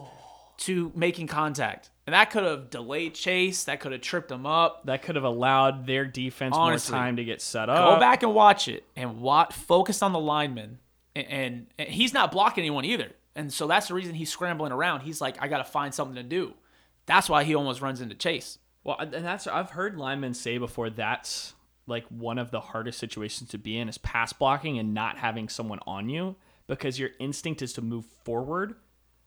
to making contact, and that could have delayed Chase. That could have tripped him up.
that could have allowed their defense
Honestly.
more time to get set
Go
up.
back and watch it, and what focus on the lineman, and, and, and he's not blocking anyone either. And so that's the reason he's scrambling around. He's like, I gotta find something to do. That's why he almost runs into Chase.
Well, and that's I've heard linemen say before that's like one of the hardest situations to be in is pass blocking and not having someone on you because your instinct is to move forward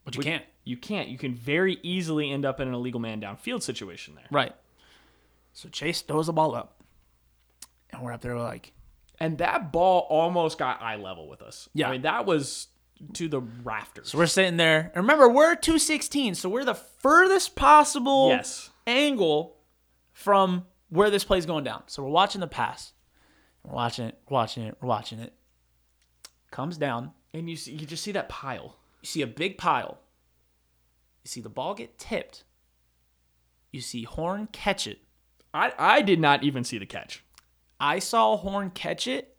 But you can't.
You can't. You can very easily end up in an illegal man downfield situation there.
Right. So Chase throws the ball up. And we're up there like,
And that ball almost got eye level with us.
Yeah.
I mean, that was to the rafters.
so we're sitting there. And remember, we're 216, so we're the furthest possible
Yes.
angle from where this play's going down. So we're watching the pass. We're watching it, watching it, we're watching it. Comes down.
And you see, you just see that pile.
You see a big pile. You see the ball get tipped. You see Horn catch it.
I, I did not even see the catch.
I saw Horn catch it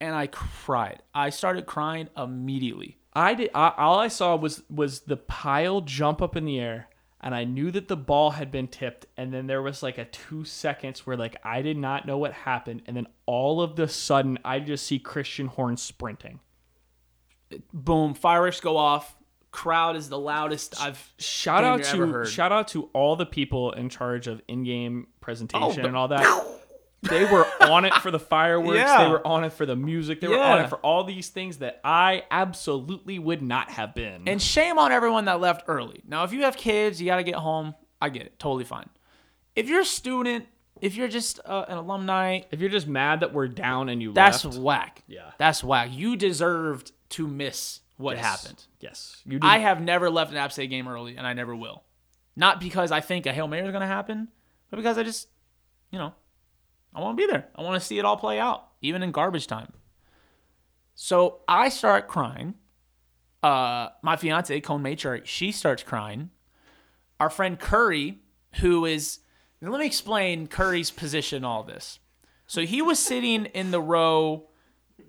and I cried. I started crying immediately.
I did. I, all I saw was was the pile jump up in the air, and I knew that the ball had been tipped. And then there was like a two seconds where like I did not know what happened, and then all of the sudden I just see Christian Horn sprinting.
boom, fireworks go off. crowd is the loudest I've
Shout
damn
out
near ever
to
heard.
shout out to all the people in charge of in-game presentation
Oh, the-
and all that. they were on it for the fireworks.
Yeah.
They were on it for the music. They were on
Yeah.
it for all these things that I absolutely would not have been.
And shame on everyone that left early. Now, if you have kids, you got to get home. I get it. Totally fine. If you're a student, if you're just uh, an alumni,
if you're just mad that we're down and you
that's
left,
whack.
Yeah.
That's whack. You deserved to miss what
yes.
happened.
Yes, you did.
I have never left an App State game early, and I never will. Not because I think a Hail Mary is going to happen, but because I just, you know, I want to be there. I want to see it all play out, even in garbage time. So I start crying. Uh, my fiance, Cone Matriarch, she starts crying. Our friend Curry, who is, now let me explain Curry's position, in all this. So he was sitting in the row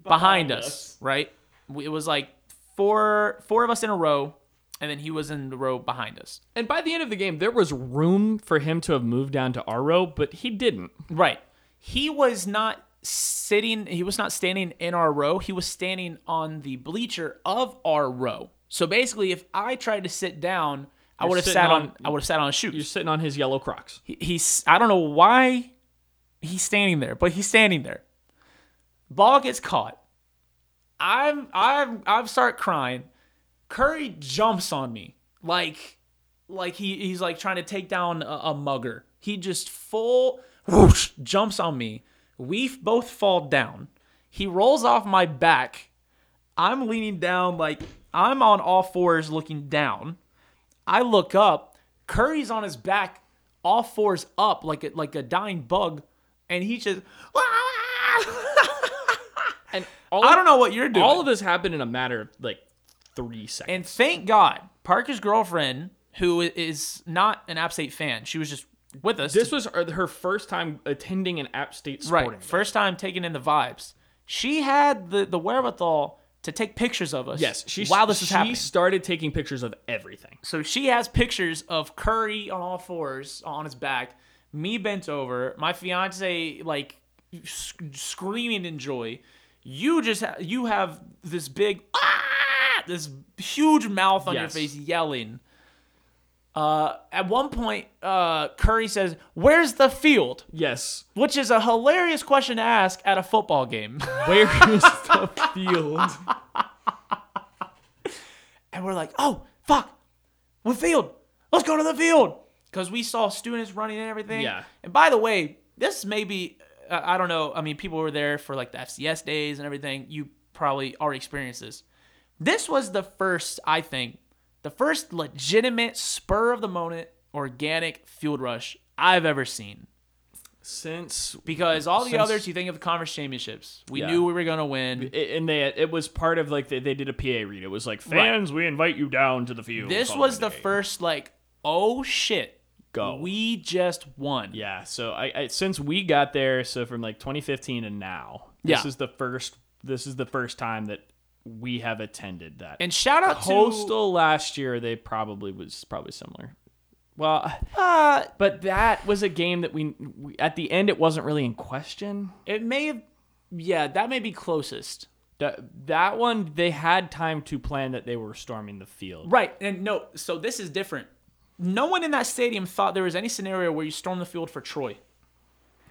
behind us, right? We- It was like four four of us in a row, and then he was in the row behind us.
and by the end of the game, there was room for him to have moved down to our row, but he didn't.
Right. He was not sitting. He was not standing in our row. He was standing on the bleacher of our row. So basically, if I tried to sit down, I would have
sitting
sat on,
on-
I would have sat on a shoe.
You're sitting on his yellow Crocs.
He- he's I don't know why he's standing there, but he's standing there. Ball gets caught. I'm I'm I start crying. Curry jumps on me like like he he's like trying to take down a, a mugger. He just full whoosh jumps on me. We f- both fall down. He rolls off my back. I'm leaning down like I'm on all fours looking down. I look up. Curry's on his back, all fours up, like a, like a dying bug, and he just.
And all
I don't know what you're doing.
All of this happened in a matter of like three seconds.
and thank God, Parker's girlfriend, who i- is not an App State fan, she was just with us.
This was her her first time attending an App State sporting.
right,
event.
first time taking in the vibes. She had the the wherewithal to take pictures of us.
Yes, she
while this
she
is happening.
started taking pictures of everything.
So she has pictures of Curry on all fours on his back, me bent over, my fiance like sc- screaming in joy. You just ha- you have this big ah, this huge mouth on
Yes.
your face yelling. Uh, at one point, uh, Curry says, "Where's the field?"
Yes,
Which is a hilarious question to ask at a football game.
where is the field?
and we're like, "Oh fuck, we're field. Let's go to the field." Because we saw students running and everything.
Yeah.
And by the way, this may be uh, I don't know. I mean, people were there for like the FCS days and everything. You probably already experienced this. This was the first, I think, the first legitimate spur of the moment organic field rush I've ever seen.
Since
Because all the
Since-
others, you think of the conference championships. We
Yeah.
knew we were gonna win.
and they it was part of like they, they did a PA read. It was like fans, we invite you down to the field.
this
following
was the
game.
first like, oh shit,
Go.
We just won.
Yeah, so I, I since we got there, so from like 2015 and now, this
Yeah.
is the first. This is the first time that we have attended that.
And shout out to
Postal last year, they probably was probably similar. Well,
uh,
but that was a game that we, we at the end it wasn't really in question.
it may have yeah, that may be closest.
That that one they had time to plan that they were storming the field.
Right. And no, so this is different. No one in that stadium thought there was any scenario where you storm the field for Troy.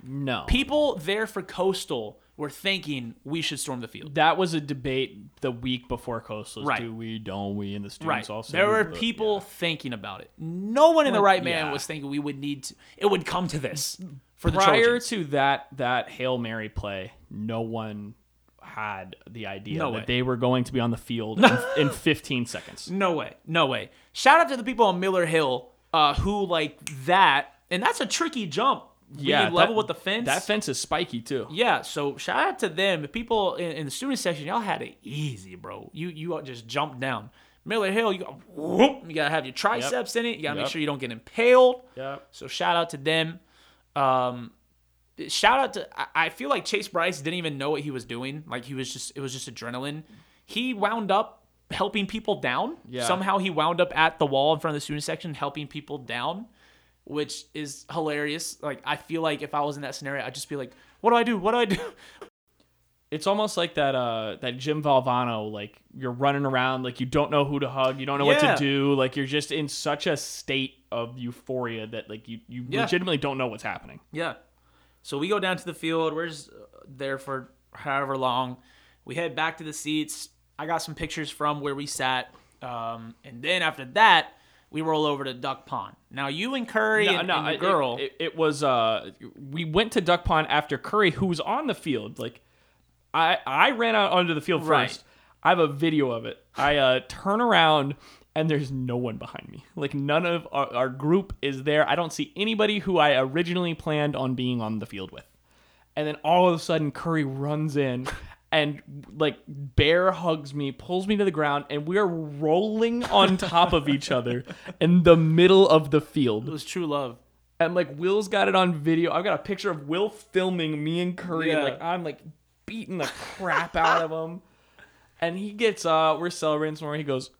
No,
People there for Coastal were thinking we should storm the field.
that was a debate the week before Coastal.
Right.
Do we? Don't we? And the
Right.
students also.
there were
but-
people thinking about it. No one in the right man
yeah.
was thinking we would need to, it would come to this for the
prior
Trojans.
to that that hail mary play no one had the idea
No
that
way.
they were going to be on the field in, in 15 seconds
No way. No way. Shout out to the people on Miller Hill uh, who like that. And that's a tricky jump.
Yeah,
Being level
that-
with the fence.
that fence is spiky too
Yeah, so shout out to them. The People in, in the student section, y'all had it easy, bro. You you all just jumped down. Miller Hill, you got, whoop, you gotta have your triceps in it. You gotta make
Yep.
sure you don't get impaled.
Yep.
So shout out to them. Um, shout out to I, I feel like Chase Bryce didn't even know what he was doing. Like he was just it was just adrenaline. He wound up helping people down.
Yeah.
Somehow he wound up at the wall in front of the student section helping people down which is hilarious. Like I feel like if I was in that scenario, I'd just be like, "What do I do? What do I do?"
It's almost like that uh that Jim Valvano like you're running around like you don't know who to hug, you don't know
Yeah.
what to do, like you're just in such a state of euphoria that like you you
Yeah.
legitimately don't know what's happening.
Yeah. So we go down to the field. We're just uh, there for however long. We head back to the seats. I got some pictures from where we sat. Um, and then after that, we roll over to Duck Pond. Now you and Curry and, and the
I- it-
girl.
It, it was uh, we went to Duck Pond after Curry, who was on the field. Like, I I ran out onto the field
Right.
first. I have a video of it. I uh, turn around and there's no one behind me. Like none of our, our group is there. I don't see anybody who I originally planned on being on the field with. And then all of a sudden, Curry runs in and like bear hugs me, pulls me to the ground, and we are rolling on top of each other in the middle of the field.
it was true love.
And like Will's got it on video. I've got a picture of Will filming me and Curry. And, like I'm like beating the crap out of him. And he gets uh we're celebrating somewhere. He goes,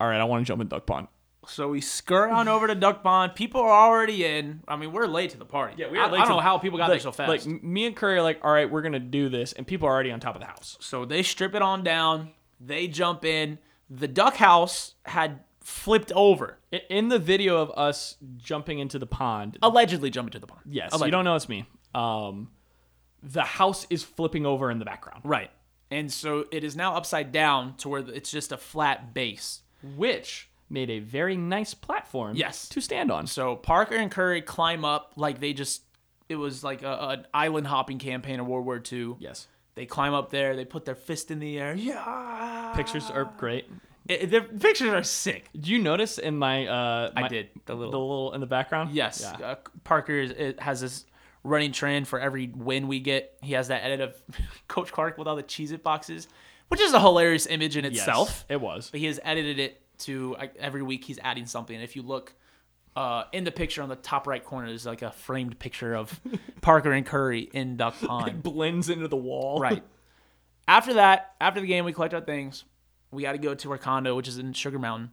All right, I want to jump in Duck Pond.
So we skirt on over to Duck Pond. People are already in. I mean, we're late to the party. Yeah,
we
I,
are late
I don't
to-
know how people got
like,
there so fast.
Like m- me and Curry are like, all right, we're gonna do this, and people are already on top of the house.
So they strip it on down. They jump in. The duck house had flipped over.
I- In the video of us jumping into the pond,
Allegedly jumped into the pond.
yes,
Allegedly.
you don't know it's me. Um, the house is flipping over in the background,
Right. And so it is now upside down to where it's just a flat base.
which made a very nice platform,
Yes.
to stand on.
So Parker and Curry climb up like they just, it was like a, an island hopping campaign of World War II.
Yes,
They climb up there, they put their fist in the air. Yeah.
pictures are great.
It, the pictures are sick.
Did you notice in my uh
I
my-
did. The
the
little.
little in the background?
Yes,
Yeah.
uh, Parker is, it has this running trend for every win we get. He has that edit of Coach Clark with all the Cheez It boxes, which is a hilarious image in
Yes,
itself.
It was.
But he has edited it to like, every week he's adding something. If you look uh, in the picture on the top right corner, there's like a framed picture of Parker and Curry in Duck Pond.
Blends into the wall.
right. After that, after the game, we collect our things. We got to go to our condo, which is in Sugar Mountain.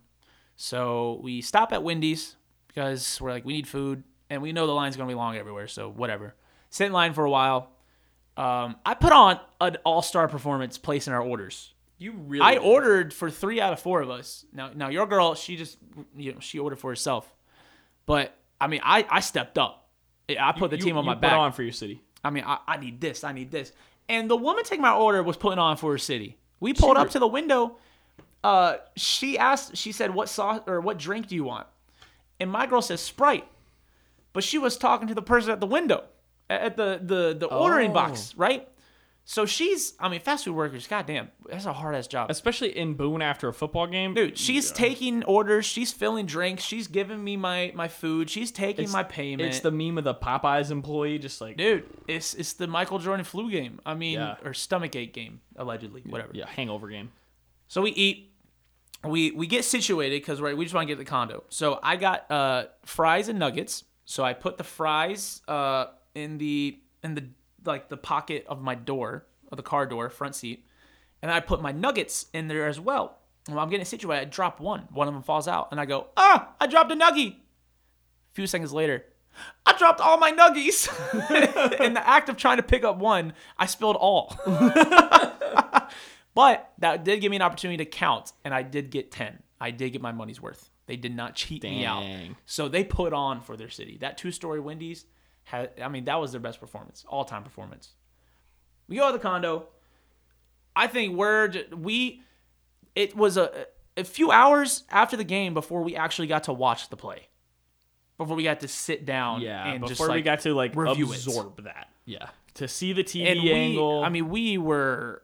So we stop at Wendy's because we're like, we need food, and we know the line's gonna be long everywhere. So whatever. Sit in line for a while. Um, I put on an all-star performance, placing our orders.
You really.
I ordered for three out of four of us. Now, now your girl, she just, you know, she ordered for herself. But I mean, I, I stepped up. I I put the
You-
team on
you
my
put
back.
on for your city.
I mean, I, I need this. I need this. And the woman taking my order was putting on for her city. We pulled up to the window. Uh, she asked. She said, "What sauce or what drink do you want?" And my girl says Sprite, but she was talking to the person at the window, a- at the the the ordering box,
Oh.
right? So she's, I mean, fast food workers. Goddamn, that's a hard ass job.
Especially in Boone after a football game.
Dude, she's taking orders. She's filling drinks. She's giving me my my food. She's taking my payment.
It's the meme of the Popeyes employee just like
Dude, it's it's the Michael Jordan flu game. I mean,
Yeah.
or stomach ache game, allegedly, whatever.
yeah, hangover game.
So we eat, we we get situated because right, we just want to get to the condo. So I got uh, fries and nuggets. So I put the fries uh, in the in the like the pocket of my door, of the car door, front seat, and I put my nuggets in there as well. And while I'm getting situated, I drop one. One of them falls out, and I go, ah, I dropped a nuggie. A few seconds later, I dropped all my nuggies. in the act of trying to pick up one, I spilled all. But that did give me an opportunity to count, and I did get 10. I did get my money's worth. They did not cheat me out.
Dang.
So they put on for their city. That two story Wendy's, had, I mean, that was their best performance, all time performance. We go to the condo. I think we're, j- we, it was a, a few hours after the game before we actually got to watch the play. Before we got to sit down
Yeah.
and
before
just like,
we got to like
review it.
absorb that. Yeah. To see the TV
and we,
angle.
I mean, we were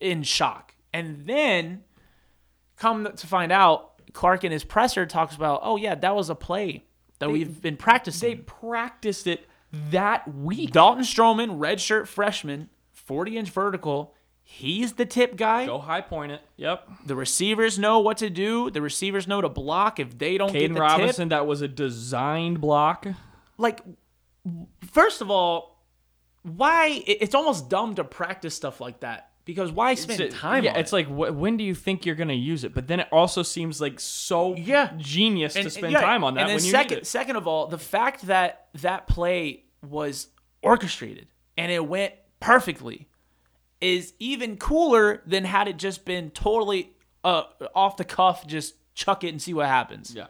in shock. And then come to find out, Clark and his presser talks about, oh yeah, that was a play that we've been
they
practicing.
practiced it that week.
Dalton Stroman, redshirt freshman, 40 inch vertical. He's the tip guy.
Go high point it. Yep.
The receivers know what to do. The receivers know to block if they don't get
Caden
the tip.
Robinson, that was a designed block.
Like, first of all, why? it- It's almost dumb to practice stuff like that because why spend
It's-
time?
yeah,
on
it's
it?
like wh- when do you think you're gonna use it? But then it also seems like so
Yeah.
genius to
And-
spend
yeah,
time on that
And then
when you
second,
need it.
second of all, the fact that that play was orchestrated and it went perfectly, is even cooler than had it just been totally uh, off the cuff, just chuck it and see what happens.
Yeah.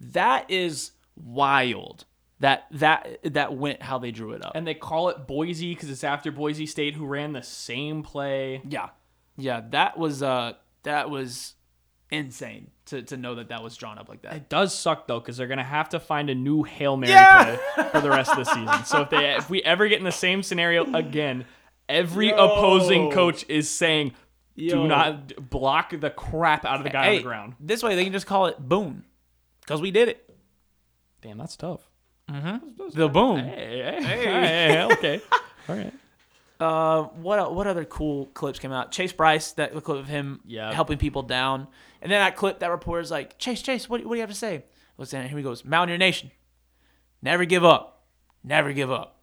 That is wild. That that that went how they drew it up.
And they call it Boise because it's after Boise State, who ran the same play.
yeah, yeah, that was uh that was insane to to know that that was drawn up like that.
It does suck though because they're gonna have to find a new Hail Mary
Yeah.
play for the rest of the season. So if they if we ever get in the same scenario again, every opposing coach is saying, "Do
Yo.
not d- block the crap out of the guy on the ground."
This way they can just call it boom, because we did it.
Damn, that's tough.
The boom.
Hey, hey, hey, hey, okay, all right.
Uh, what el- what other cool clips came out? Chase Bryce, that clip of him
Yeah.
helping people down, and then that clip that reporter's like, Chase, Chase, what, what do you have to say? Listen, here he goes, Mountaineer Nation, never give up, never give up,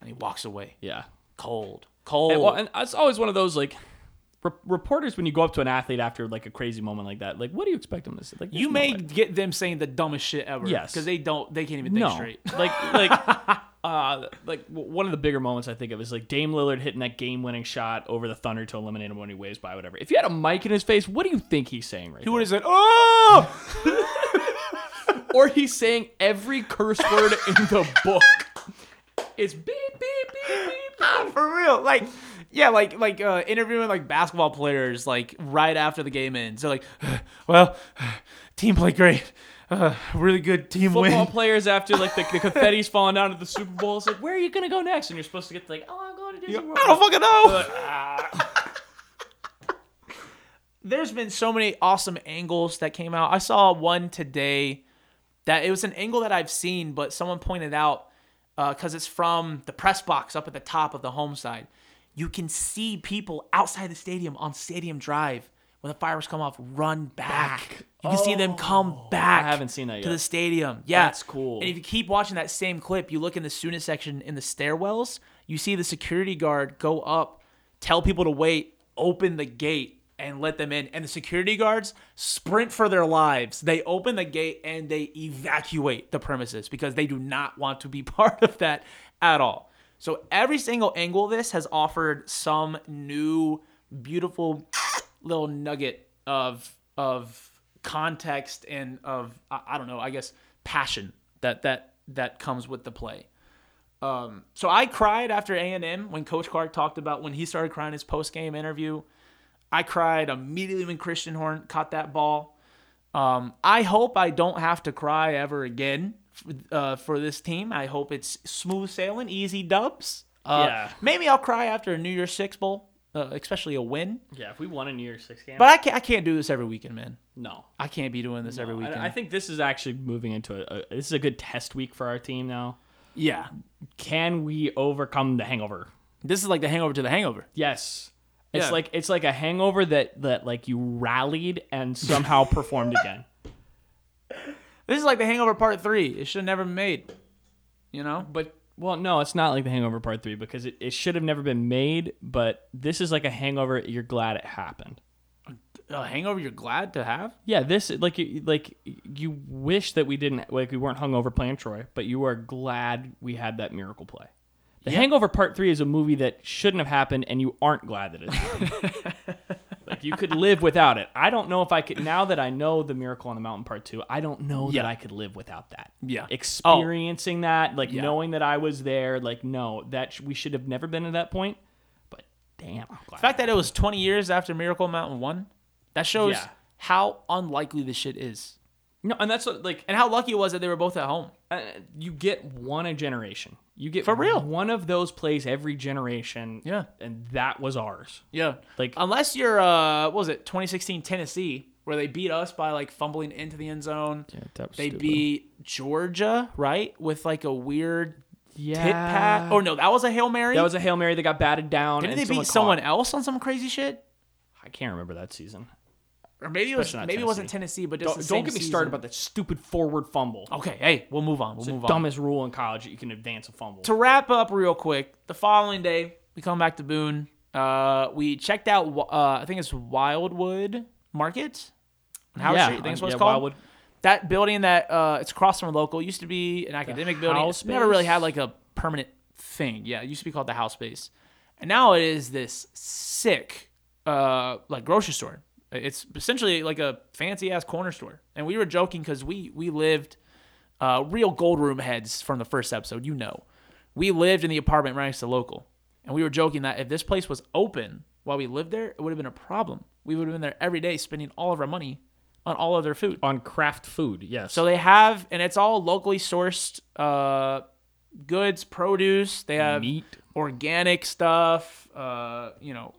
and he walks away,
Yeah.
cold, cold.
And, well, and it's always one of those like re- reporters when you go up to an athlete after like a crazy moment like that. Like, what do you expect them to say? Like,
you
there's no
may
way.
get them saying the dumbest shit ever,
Yes.
because they don't, they can't even think
no.
straight.
like, like, uh, like w- one of the bigger moments I think of is like Dame Lillard hitting that game-winning shot over the Thunder to eliminate him when he waves by, whatever. If you had a mic in his face, what do you think he's saying right?
Who
now?
would have said, oh?
Or he's saying every curse word in the book. It's beep beep beep beep.
Ah, for real like yeah like like uh interviewing like basketball players like right after the game ends they're like well team played great uh, really good team
football
win
players after like the, the confetti's falling down at the Super Bowl. It's like, where are you gonna go next? And you're supposed to get like, oh, I'm going to Disney World.
i don't fucking know
ah.
there's been so many awesome angles that came out i saw one today that it was an angle that i've seen but someone pointed out because it's from the press box up at the top of the home side you can see people outside the stadium on stadium drive when the fireworks come off run back, you can see them come back
Oh. haven't seen that
to
yet.
the stadium yeah
That's cool.
and if you keep watching that same clip you look in the student section in the stairwells you see the security guard go up tell people to wait open the gate and let them in and the security guards sprint for their lives they open the gate and they evacuate the premises because they do not want to be part of that at all so every single angle of this has offered some new beautiful little nugget of of context and of I, I don't know, I guess passion that that that comes with the play. Um, so I cried after A and M when Coach Clark talked about when he started crying his post game interview. I cried immediately when Christian Horn caught that ball. Um, I hope I don't have to cry ever again uh, for this team. I hope it's smooth sailing, easy dubs. Uh,
Yeah.
Maybe I'll cry after a New Year's Six bowl, uh, especially a win.
Yeah, if we won a New Year's Six game,
But I can't, I can't do this every weekend, man.
no.
I can't be doing this every weekend.
I, I think this is actually moving into a, a this is a good test week for our team now.
yeah.
Can we overcome the hangover?
This is like the hangover to the hangover.
Yes. It's
Yeah.
like it's like a hangover that that like you rallied and somehow performed again.
This is like the hangover part three. It should have never been made. You know?
But well, no, it's not like the Hangover Part Three because it, it should have never been made. But this is like a hangover. You're glad it happened.
A hangover you're glad to have?
Yeah, this like you like you wish that we didn't like we weren't hungover playing Troy, but you are glad we had that miracle play. The Hangover Part Three is a movie that shouldn't have happened, and you aren't glad that it. Happened. like you could live without it. I don't know if I could now that I know the Miracle on the Mountain Part Two. I don't know that I could live without that.
Yeah. Oh.
experiencing that, like knowing that I was there. Like no, that sh- we should have never been at that point. But damn, I'm glad.
The fact that it was 20 years after Miracle Mountain 1, that shows
Yeah.
how unlikely this shit is.
no, and that's what like
And how lucky it was that they were both at home.
uh, you get one a generation. You get
For real.
one of those plays every generation.
Yeah.
and that was ours.
Yeah.
Like-
unless you're uh what was it, 2016 Tennessee, where they beat us by like fumbling into the end zone. Yeah,
that was
they beat Georgia, right? With like a weird
Yeah,
Pit pat. Oh no, that was a hail mary.
that was a hail mary that got batted down.
Didn't
and
they beat
someone
someone
caught.
else on some crazy shit?
I can't remember that season.
Or maybe it was
Especially
maybe
not
it wasn't Tennessee, but just
Don't,
the
don't
same
get me
season.
started about that stupid forward fumble.
Okay, hey, we'll move on. We'll move on.
Dumbest rule in college that you can advance a fumble.
To wrap up real quick, the following day we come back to Boone. Uh, we checked out. Wi- Uh, I think it's Wildwood Market. on Howard Street, I think that's what it's
yeah,
called.
Wildwood.
That building that uh, it's across from local used to be an academic building.
house
It's never really
space?
had like a permanent thing. Yeah, it used to be called the house space. And now it is this sick, uh, like grocery store. It's essentially like a fancy ass corner store. And we were joking because we we lived uh, real gold room heads from the first episode. You know, we lived in the apartment right next to local, and we were joking that if this place was open while we lived there, it would have been a problem. We would have been there every day, spending all of our money on all of their food.
on craft food. Yes.
So they have, and it's all locally sourced uh, goods, produce. They have
meat.
organic stuff, uh, you know,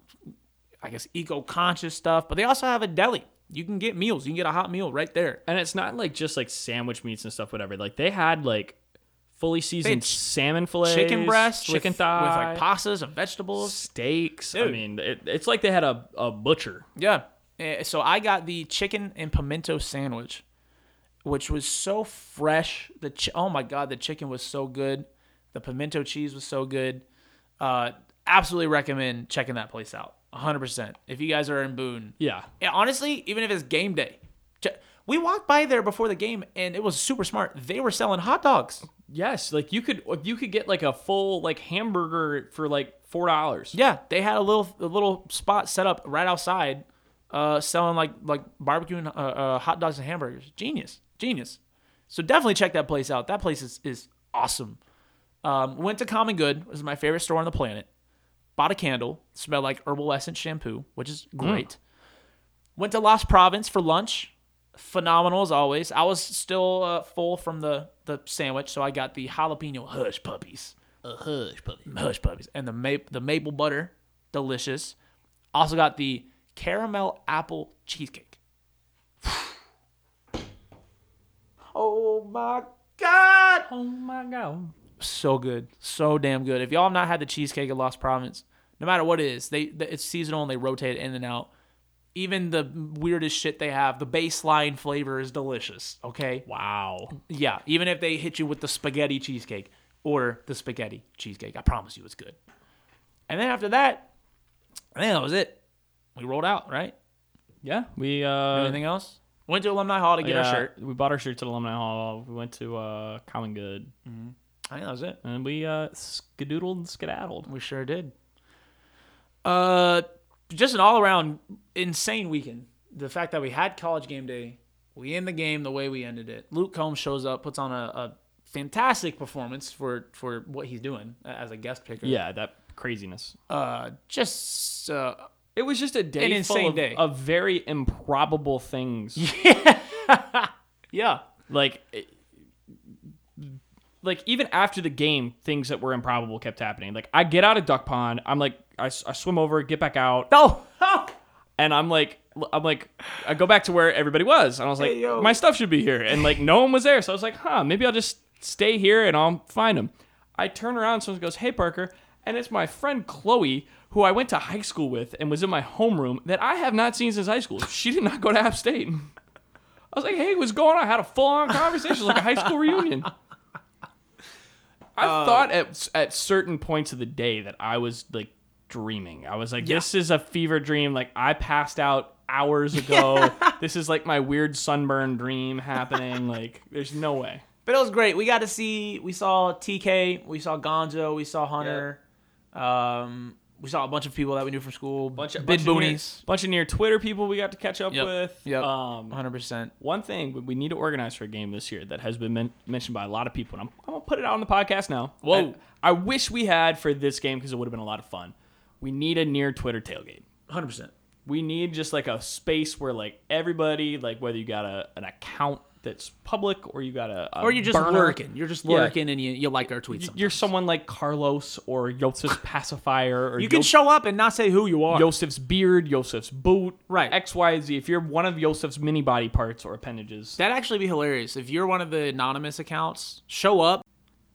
I guess eco conscious stuff, but they also have a deli. You can get meals. You can get a hot meal right there.
and it's not like just like sandwich meats and stuff, whatever. Like they had like fully seasoned
ch-
salmon fillets,
Chicken breast, with-
chicken
with,
thigh,
like pastas and vegetables.
steaks. I
Dude.
mean, it, it's like they had a, a butcher.
Yeah. Eh, So I got the chicken and pimento sandwich, which was so fresh. The ch- oh my god, the chicken was so good. The pimento cheese was so good. Uh, absolutely recommend checking that place out. 100%. If you guys are in Boone,
Yeah.
yeah, honestly, even if it's game day, Ch- we walked by there before the game, and it was super smart. They were selling hot dogs.
Yes. Like you could you could get like a full like hamburger for like four dollars.
Yeah, they had a little a little spot set up right outside, uh, selling like like barbecue and uh, uh, hot dogs and hamburgers. Genius, genius. So definitely check that place out. That place is is awesome. Um, went to Common Good, which is my favorite store on the planet. Bought a candle, smelled like herbal essence shampoo, which is great. Went to Las Province for lunch. Phenomenal as always. I was still uh, full from the the sandwich, so I got the jalapeno hush puppies hush puppies and the maple the maple butter delicious also got the caramel apple cheesecake oh my god
Oh my god.
so good so damn good if y'all have not had the cheesecake at lost province no matter what it is they th- it's seasonal and they rotate in and out even the weirdest shit they have the baseline flavor is delicious okay
Wow.
yeah, even if they hit you with the spaghetti cheesecake, order the spaghetti cheesecake. I promise you it's good. And then after that, I think that was it. We rolled out, right?
Yeah. We uh
Anything else? Went to Alumni Hall to get
yeah,
our shirt.
We bought our shirts at Alumni Hall. We went to uh Common Good
I think that was it.
and we uh skedoodled and skedaddled.
We sure did. Uh, just an all around insane weekend. The fact that we had college game day, we end the game the way we ended it. Luke Combs shows up, puts on a, a fantastic performance for for what he's doing uh, as a guest picker.
Yeah, that craziness.
Uh, just uh,
It was just a day
An
full
insane
of,
day.
of very improbable things.
yeah.
like it- like even after the game things that were improbable kept happening like i get out of duck pond i'm like i, s- I swim over get back out
No.
and i'm like i'm like i go back to where everybody was and i was like my stuff should be here and like no one was there so i was like huh maybe i'll just stay here and i'll find them i turn around someone goes hey parker and it's my friend chloe who i went to high school with and was in my homeroom that i have not seen since high school she did not go to app state I was like, hey, what's going on? I had a full on conversation. It was like a high school reunion. I thought at at certain points of the day that I was like dreaming. I was like, this is a fever dream. Like I passed out hours ago. this is like my weird sunburn dream happening. Like there's no way.
But it was great. We got to see. We saw TK. We saw Gonzo. We saw Hunter. Um, we saw a bunch of people that we knew from school. Bunch big boonies.
bunch of near Twitter people we got to catch up
Yep.
with.
Yep.
Um,
Hundred percent.
one thing we- we need to organize for a game this year that has been men- mentioned by a lot of people, and I'm, I'm gonna put it out on the podcast now.
Whoa.
I, I wish we had for this game because it would have been a lot of fun. We need a near Twitter tailgate.
Hundred percent.
We need just like a space where like everybody, like whether you got a an account that's public or you got a, a
Or you're just
burner,
lurking. You're just lurking, and you, you like our tweets.
y-
sometimes.
You're someone like Carlos or Joseph's pacifier or
You can show up and not say who you are.
Joseph's beard, Joseph's boot,
Right.
X, Y, Z. If you're one of Joseph's mini body parts or appendages,
That'd actually be hilarious if you're one of the anonymous accounts. Show up,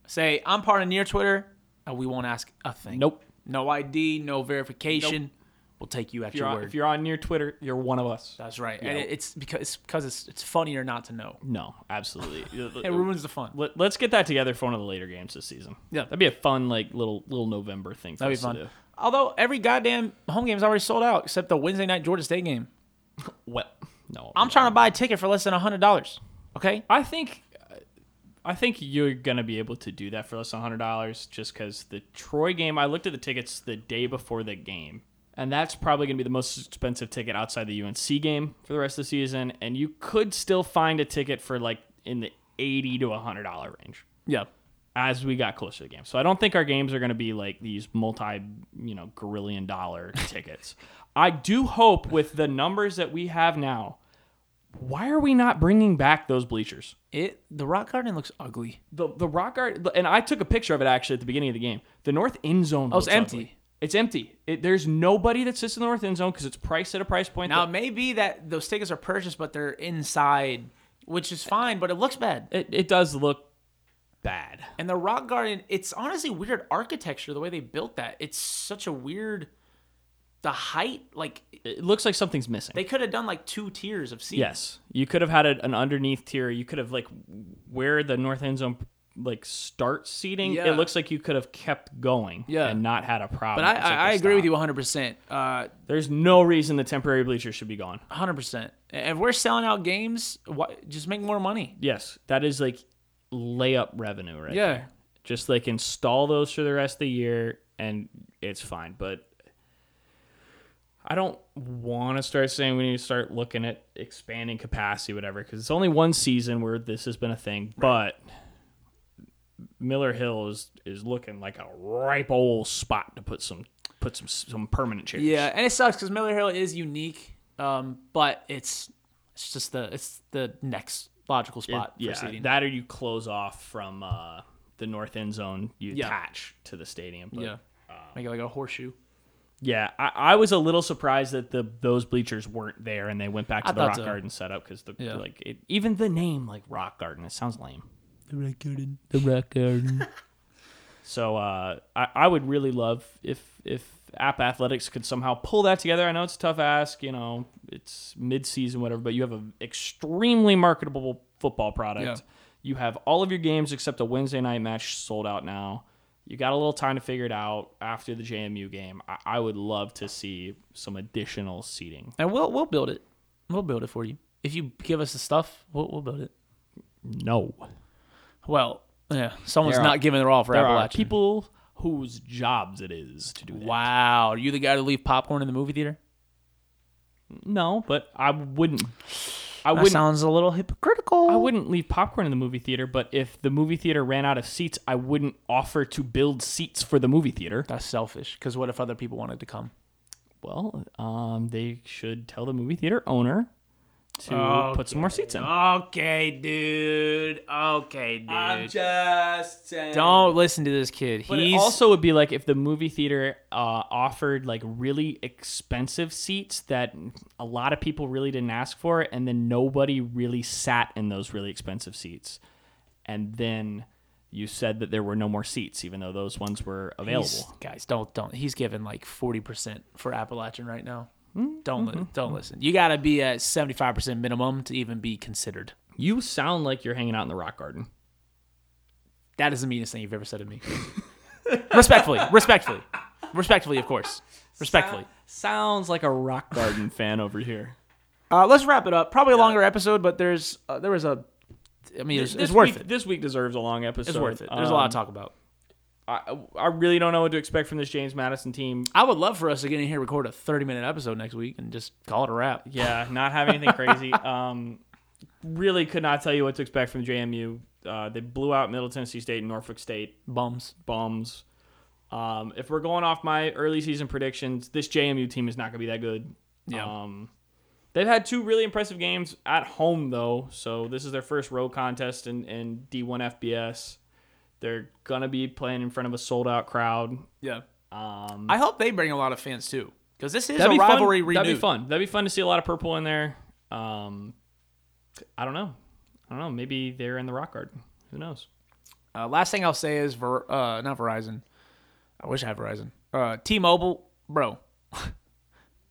say I'm part of near Twitter, and we won't ask a thing.
nope.
No ID, no verification. We'll take you at
If you're,
your
on,
word.
if you're on near Twitter, you're one of us.
That's right. And it, it's because it's because it's, it's funnier not to know.
No, absolutely.
It ruins the fun.
Let, us get that together for one of the later games this season.
Yeah.
that'd be a fun like little little November thing. For
That'd
us
be
To do.
fun. Although every goddamn home game's already sold out except the Wednesday night Georgia State game.
Well, no,
I'm trying to buy a ticket for less than hundred dollars. Okay.
I think uh, I think you're gonna be able to do that for less than hundred dollars, just because the Troy game. I looked at the tickets the day before the game, and that's probably gonna be the most expensive ticket outside the UNC game for the rest of the season. And you could still find a ticket for like in the eighty to hundred dollar range
Yeah.
as we got closer to the game. So I don't think our games are going to be like these multi, you know, grillion dollar tickets. I do hope with the numbers that we have now, why are we not bringing back those bleachers?
It the rock garden looks ugly.
The the rock art and I took a picture of it actually at the beginning of the game. The north end zone. Oh,
it's empty.
It's empty. It, there's nobody that sits in the north end zone because it's priced at a price point.
Now it
that-
may be that those tickets are purchased, but they're inside, which is fine, but it looks bad.
it, it does look bad.
And the rock garden, it's honestly weird architecture the way they built that. It's such a weird the height, like
It looks like something's missing.
they could have done like two tiers of seats.
Yes, you could have had a, an underneath tier. You could have like where the north end zone like start seating.
Yeah.
It looks like you could have kept going.
Yeah.
and not had a problem.
But I,
except
I, I
they
agree with you
stopped.
100%. Uh,
There's no reason the temporary bleachers should be gone.
100%. If we're selling out games, why, just make more money.
Yes, that is like layup revenue, right?
Yeah.
just like install those for the rest of the year and it's fine but i don't want to start saying we need to start looking at expanding capacity whatever because it's only one season where this has been a thing but miller hill is is looking like a ripe old spot to put some put some some permanent chairs
Yeah, and it sucks because Miller Hill is unique, um, but it's it's just the it's the next logical spot
yeah
for seating.
that or you close off from uh the north end zone you
Yeah.
attach to the stadium but
yeah, make it like a horseshoe.
Yeah, I, I was a little surprised that the those bleachers weren't there and they went back to
I
the
thought
rock
so.
garden setup because the
Yeah.
like it, even the name like rock garden it sounds lame.
The rock garden.
So uh, I I would really love if if App Athletics could somehow pull that together. I know it's a tough ask, you know, it's mid season whatever, but you have an extremely marketable football product.
Yeah.
You have all of your games except a Wednesday night match sold out now. You got a little time to figure it out after the JMU game. I, I would love to see some additional seating.
And we'll we'll build it. We'll build it for you if you give us the stuff. We'll, we'll build it.
No.
Well, yeah, someone's
There are-
not giving it all for
There are
Appalachian.
people whose jobs it is to do that.
Wow, are you the guy to leave popcorn in the movie theater?
No, but I wouldn't. I
That
wouldn't.
sounds a little hypocritical.
I wouldn't leave popcorn in the movie theater, but if the movie theater ran out of seats, I wouldn't offer to build seats for the movie theater.
That's selfish. Because what if other people wanted to come?
Well, um, they should tell the movie theater owner to put some more seats in.
Okay, dude. Okay, dude.
just saying.
Don't listen to this kid.
But it
He's
also would be like if the movie theater uh, offered like really expensive seats that a lot of people really didn't ask for, and then nobody really sat in those really expensive seats, and then you said that there were no more seats, even though those ones were available.
He's- guys, don't don't. He's giving like forty percent for Appalachian right now. Don't li- don't listen. You gotta be at seventy five percent minimum to even be considered.
You sound like you're hanging out in the rock garden.
That is the meanest thing you've ever said to me. respectfully, respectfully, respectfully, of course, respectfully.
Sounds like a rock garden fan over here.
Uh, let's wrap it up. Probably a longer episode, but there's uh, there was a. I mean, it's, it's worth
week,
it. um,
This week deserves a long episode. Um,
It's worth it. There's a lot to talk about.
I, I really don't know what to expect from this James Madison team.
I would love for us to get in here, record a thirty minute episode next week, and just call it a wrap.
Yeah, not have anything crazy. Um, really could not tell you what to expect from JMU. Uh, they blew out Middle Tennessee State and Norfolk State
Bums.
bums. Um, if we're going off my early season predictions, this JMU team is not going to be that good.
Yeah.
Um, they've had two really impressive games at home though, so this is their first road contest in, in D1 FBS. They're gonna be playing in front of a sold out crowd.
Yeah.
Um,
I hope they bring a lot of fans too, because this is
That'd
a
be
rivalry
fun.
renewed.
That'd be fun. That'd be fun to see a lot of purple in there. Um, I don't know. I don't know. Maybe they're in the rock garden. Who knows?
Uh, last thing I'll say is, Ver, uh, not Verizon. I wish I had Verizon. Uh, T-Mobile, bro,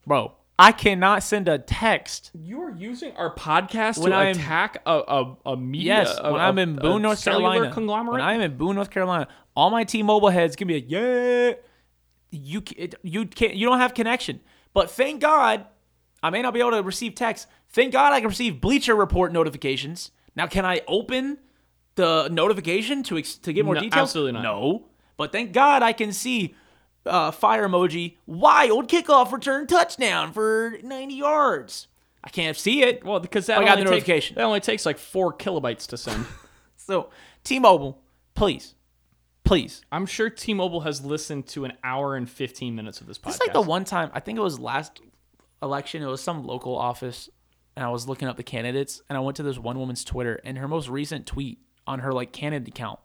bro. I cannot send a text.
You're using our podcast
When
to
I'm-
attack a, a, a media.
Yes,
a,
when
i
I'm in Boone, North Carolina,
conglomerate.
when I'm in Boone, North Carolina, all my T-Mobile heads can be like, yeah, you ca- it, you can't, you don't have connection. But thank God, I may not be able to receive texts. Thank God I can receive Bleacher Report notifications. Now, can I open the notification to ex- to get more
No,
details?
absolutely not.
No. But thank God I can see uh, fire emoji wild kickoff return touchdown for 90 yards. I can't see it.
Well, because that
I
only
got the
takes-
notification.
that only takes like four kilobytes to send.
So, T-Mobile, please, please.
I'm sure T-Mobile has listened to an hour and 15 minutes of this podcast.
It's like the one time I think it was last election. It was some local office, and I was looking up the candidates, and I went to this one woman's Twitter, and her most recent tweet on her like candidate account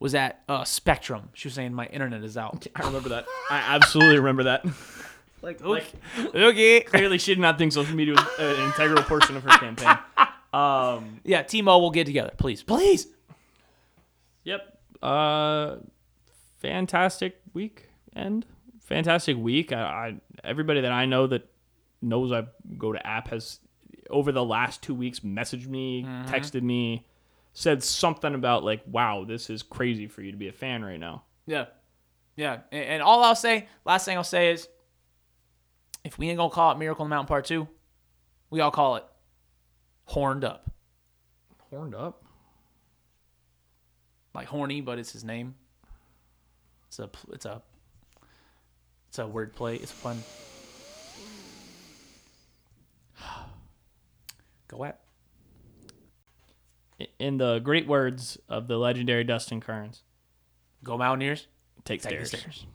was at uh, Spectrum. She was saying my internet is out.
I remember that. I absolutely remember that.
like, okay, okay.
Clearly, she did not think social media was uh, an integral portion of her campaign.
yeah, T-Mobile, get together, please, please.
Yep. Uh, fantastic week end. Fantastic week. I, I everybody that I know that knows I go to app has over the last two weeks messaged me,
Mm-hmm.
texted me, said something about like, "Wow, this is crazy for you to be a fan right now."
Yeah, yeah. And, and all I'll say, last thing I'll say is, if we ain't gonna call it Miracle on the Mountain Part Two, we all call it Horned Up,
Horned up.
like horny, but it's his name. It's a pl- it's a it's a word play. It's fun. Go at
In the great words of the legendary Dustin Kearns,
go Mountaineers.
take,
Take the
stairs.
stairs.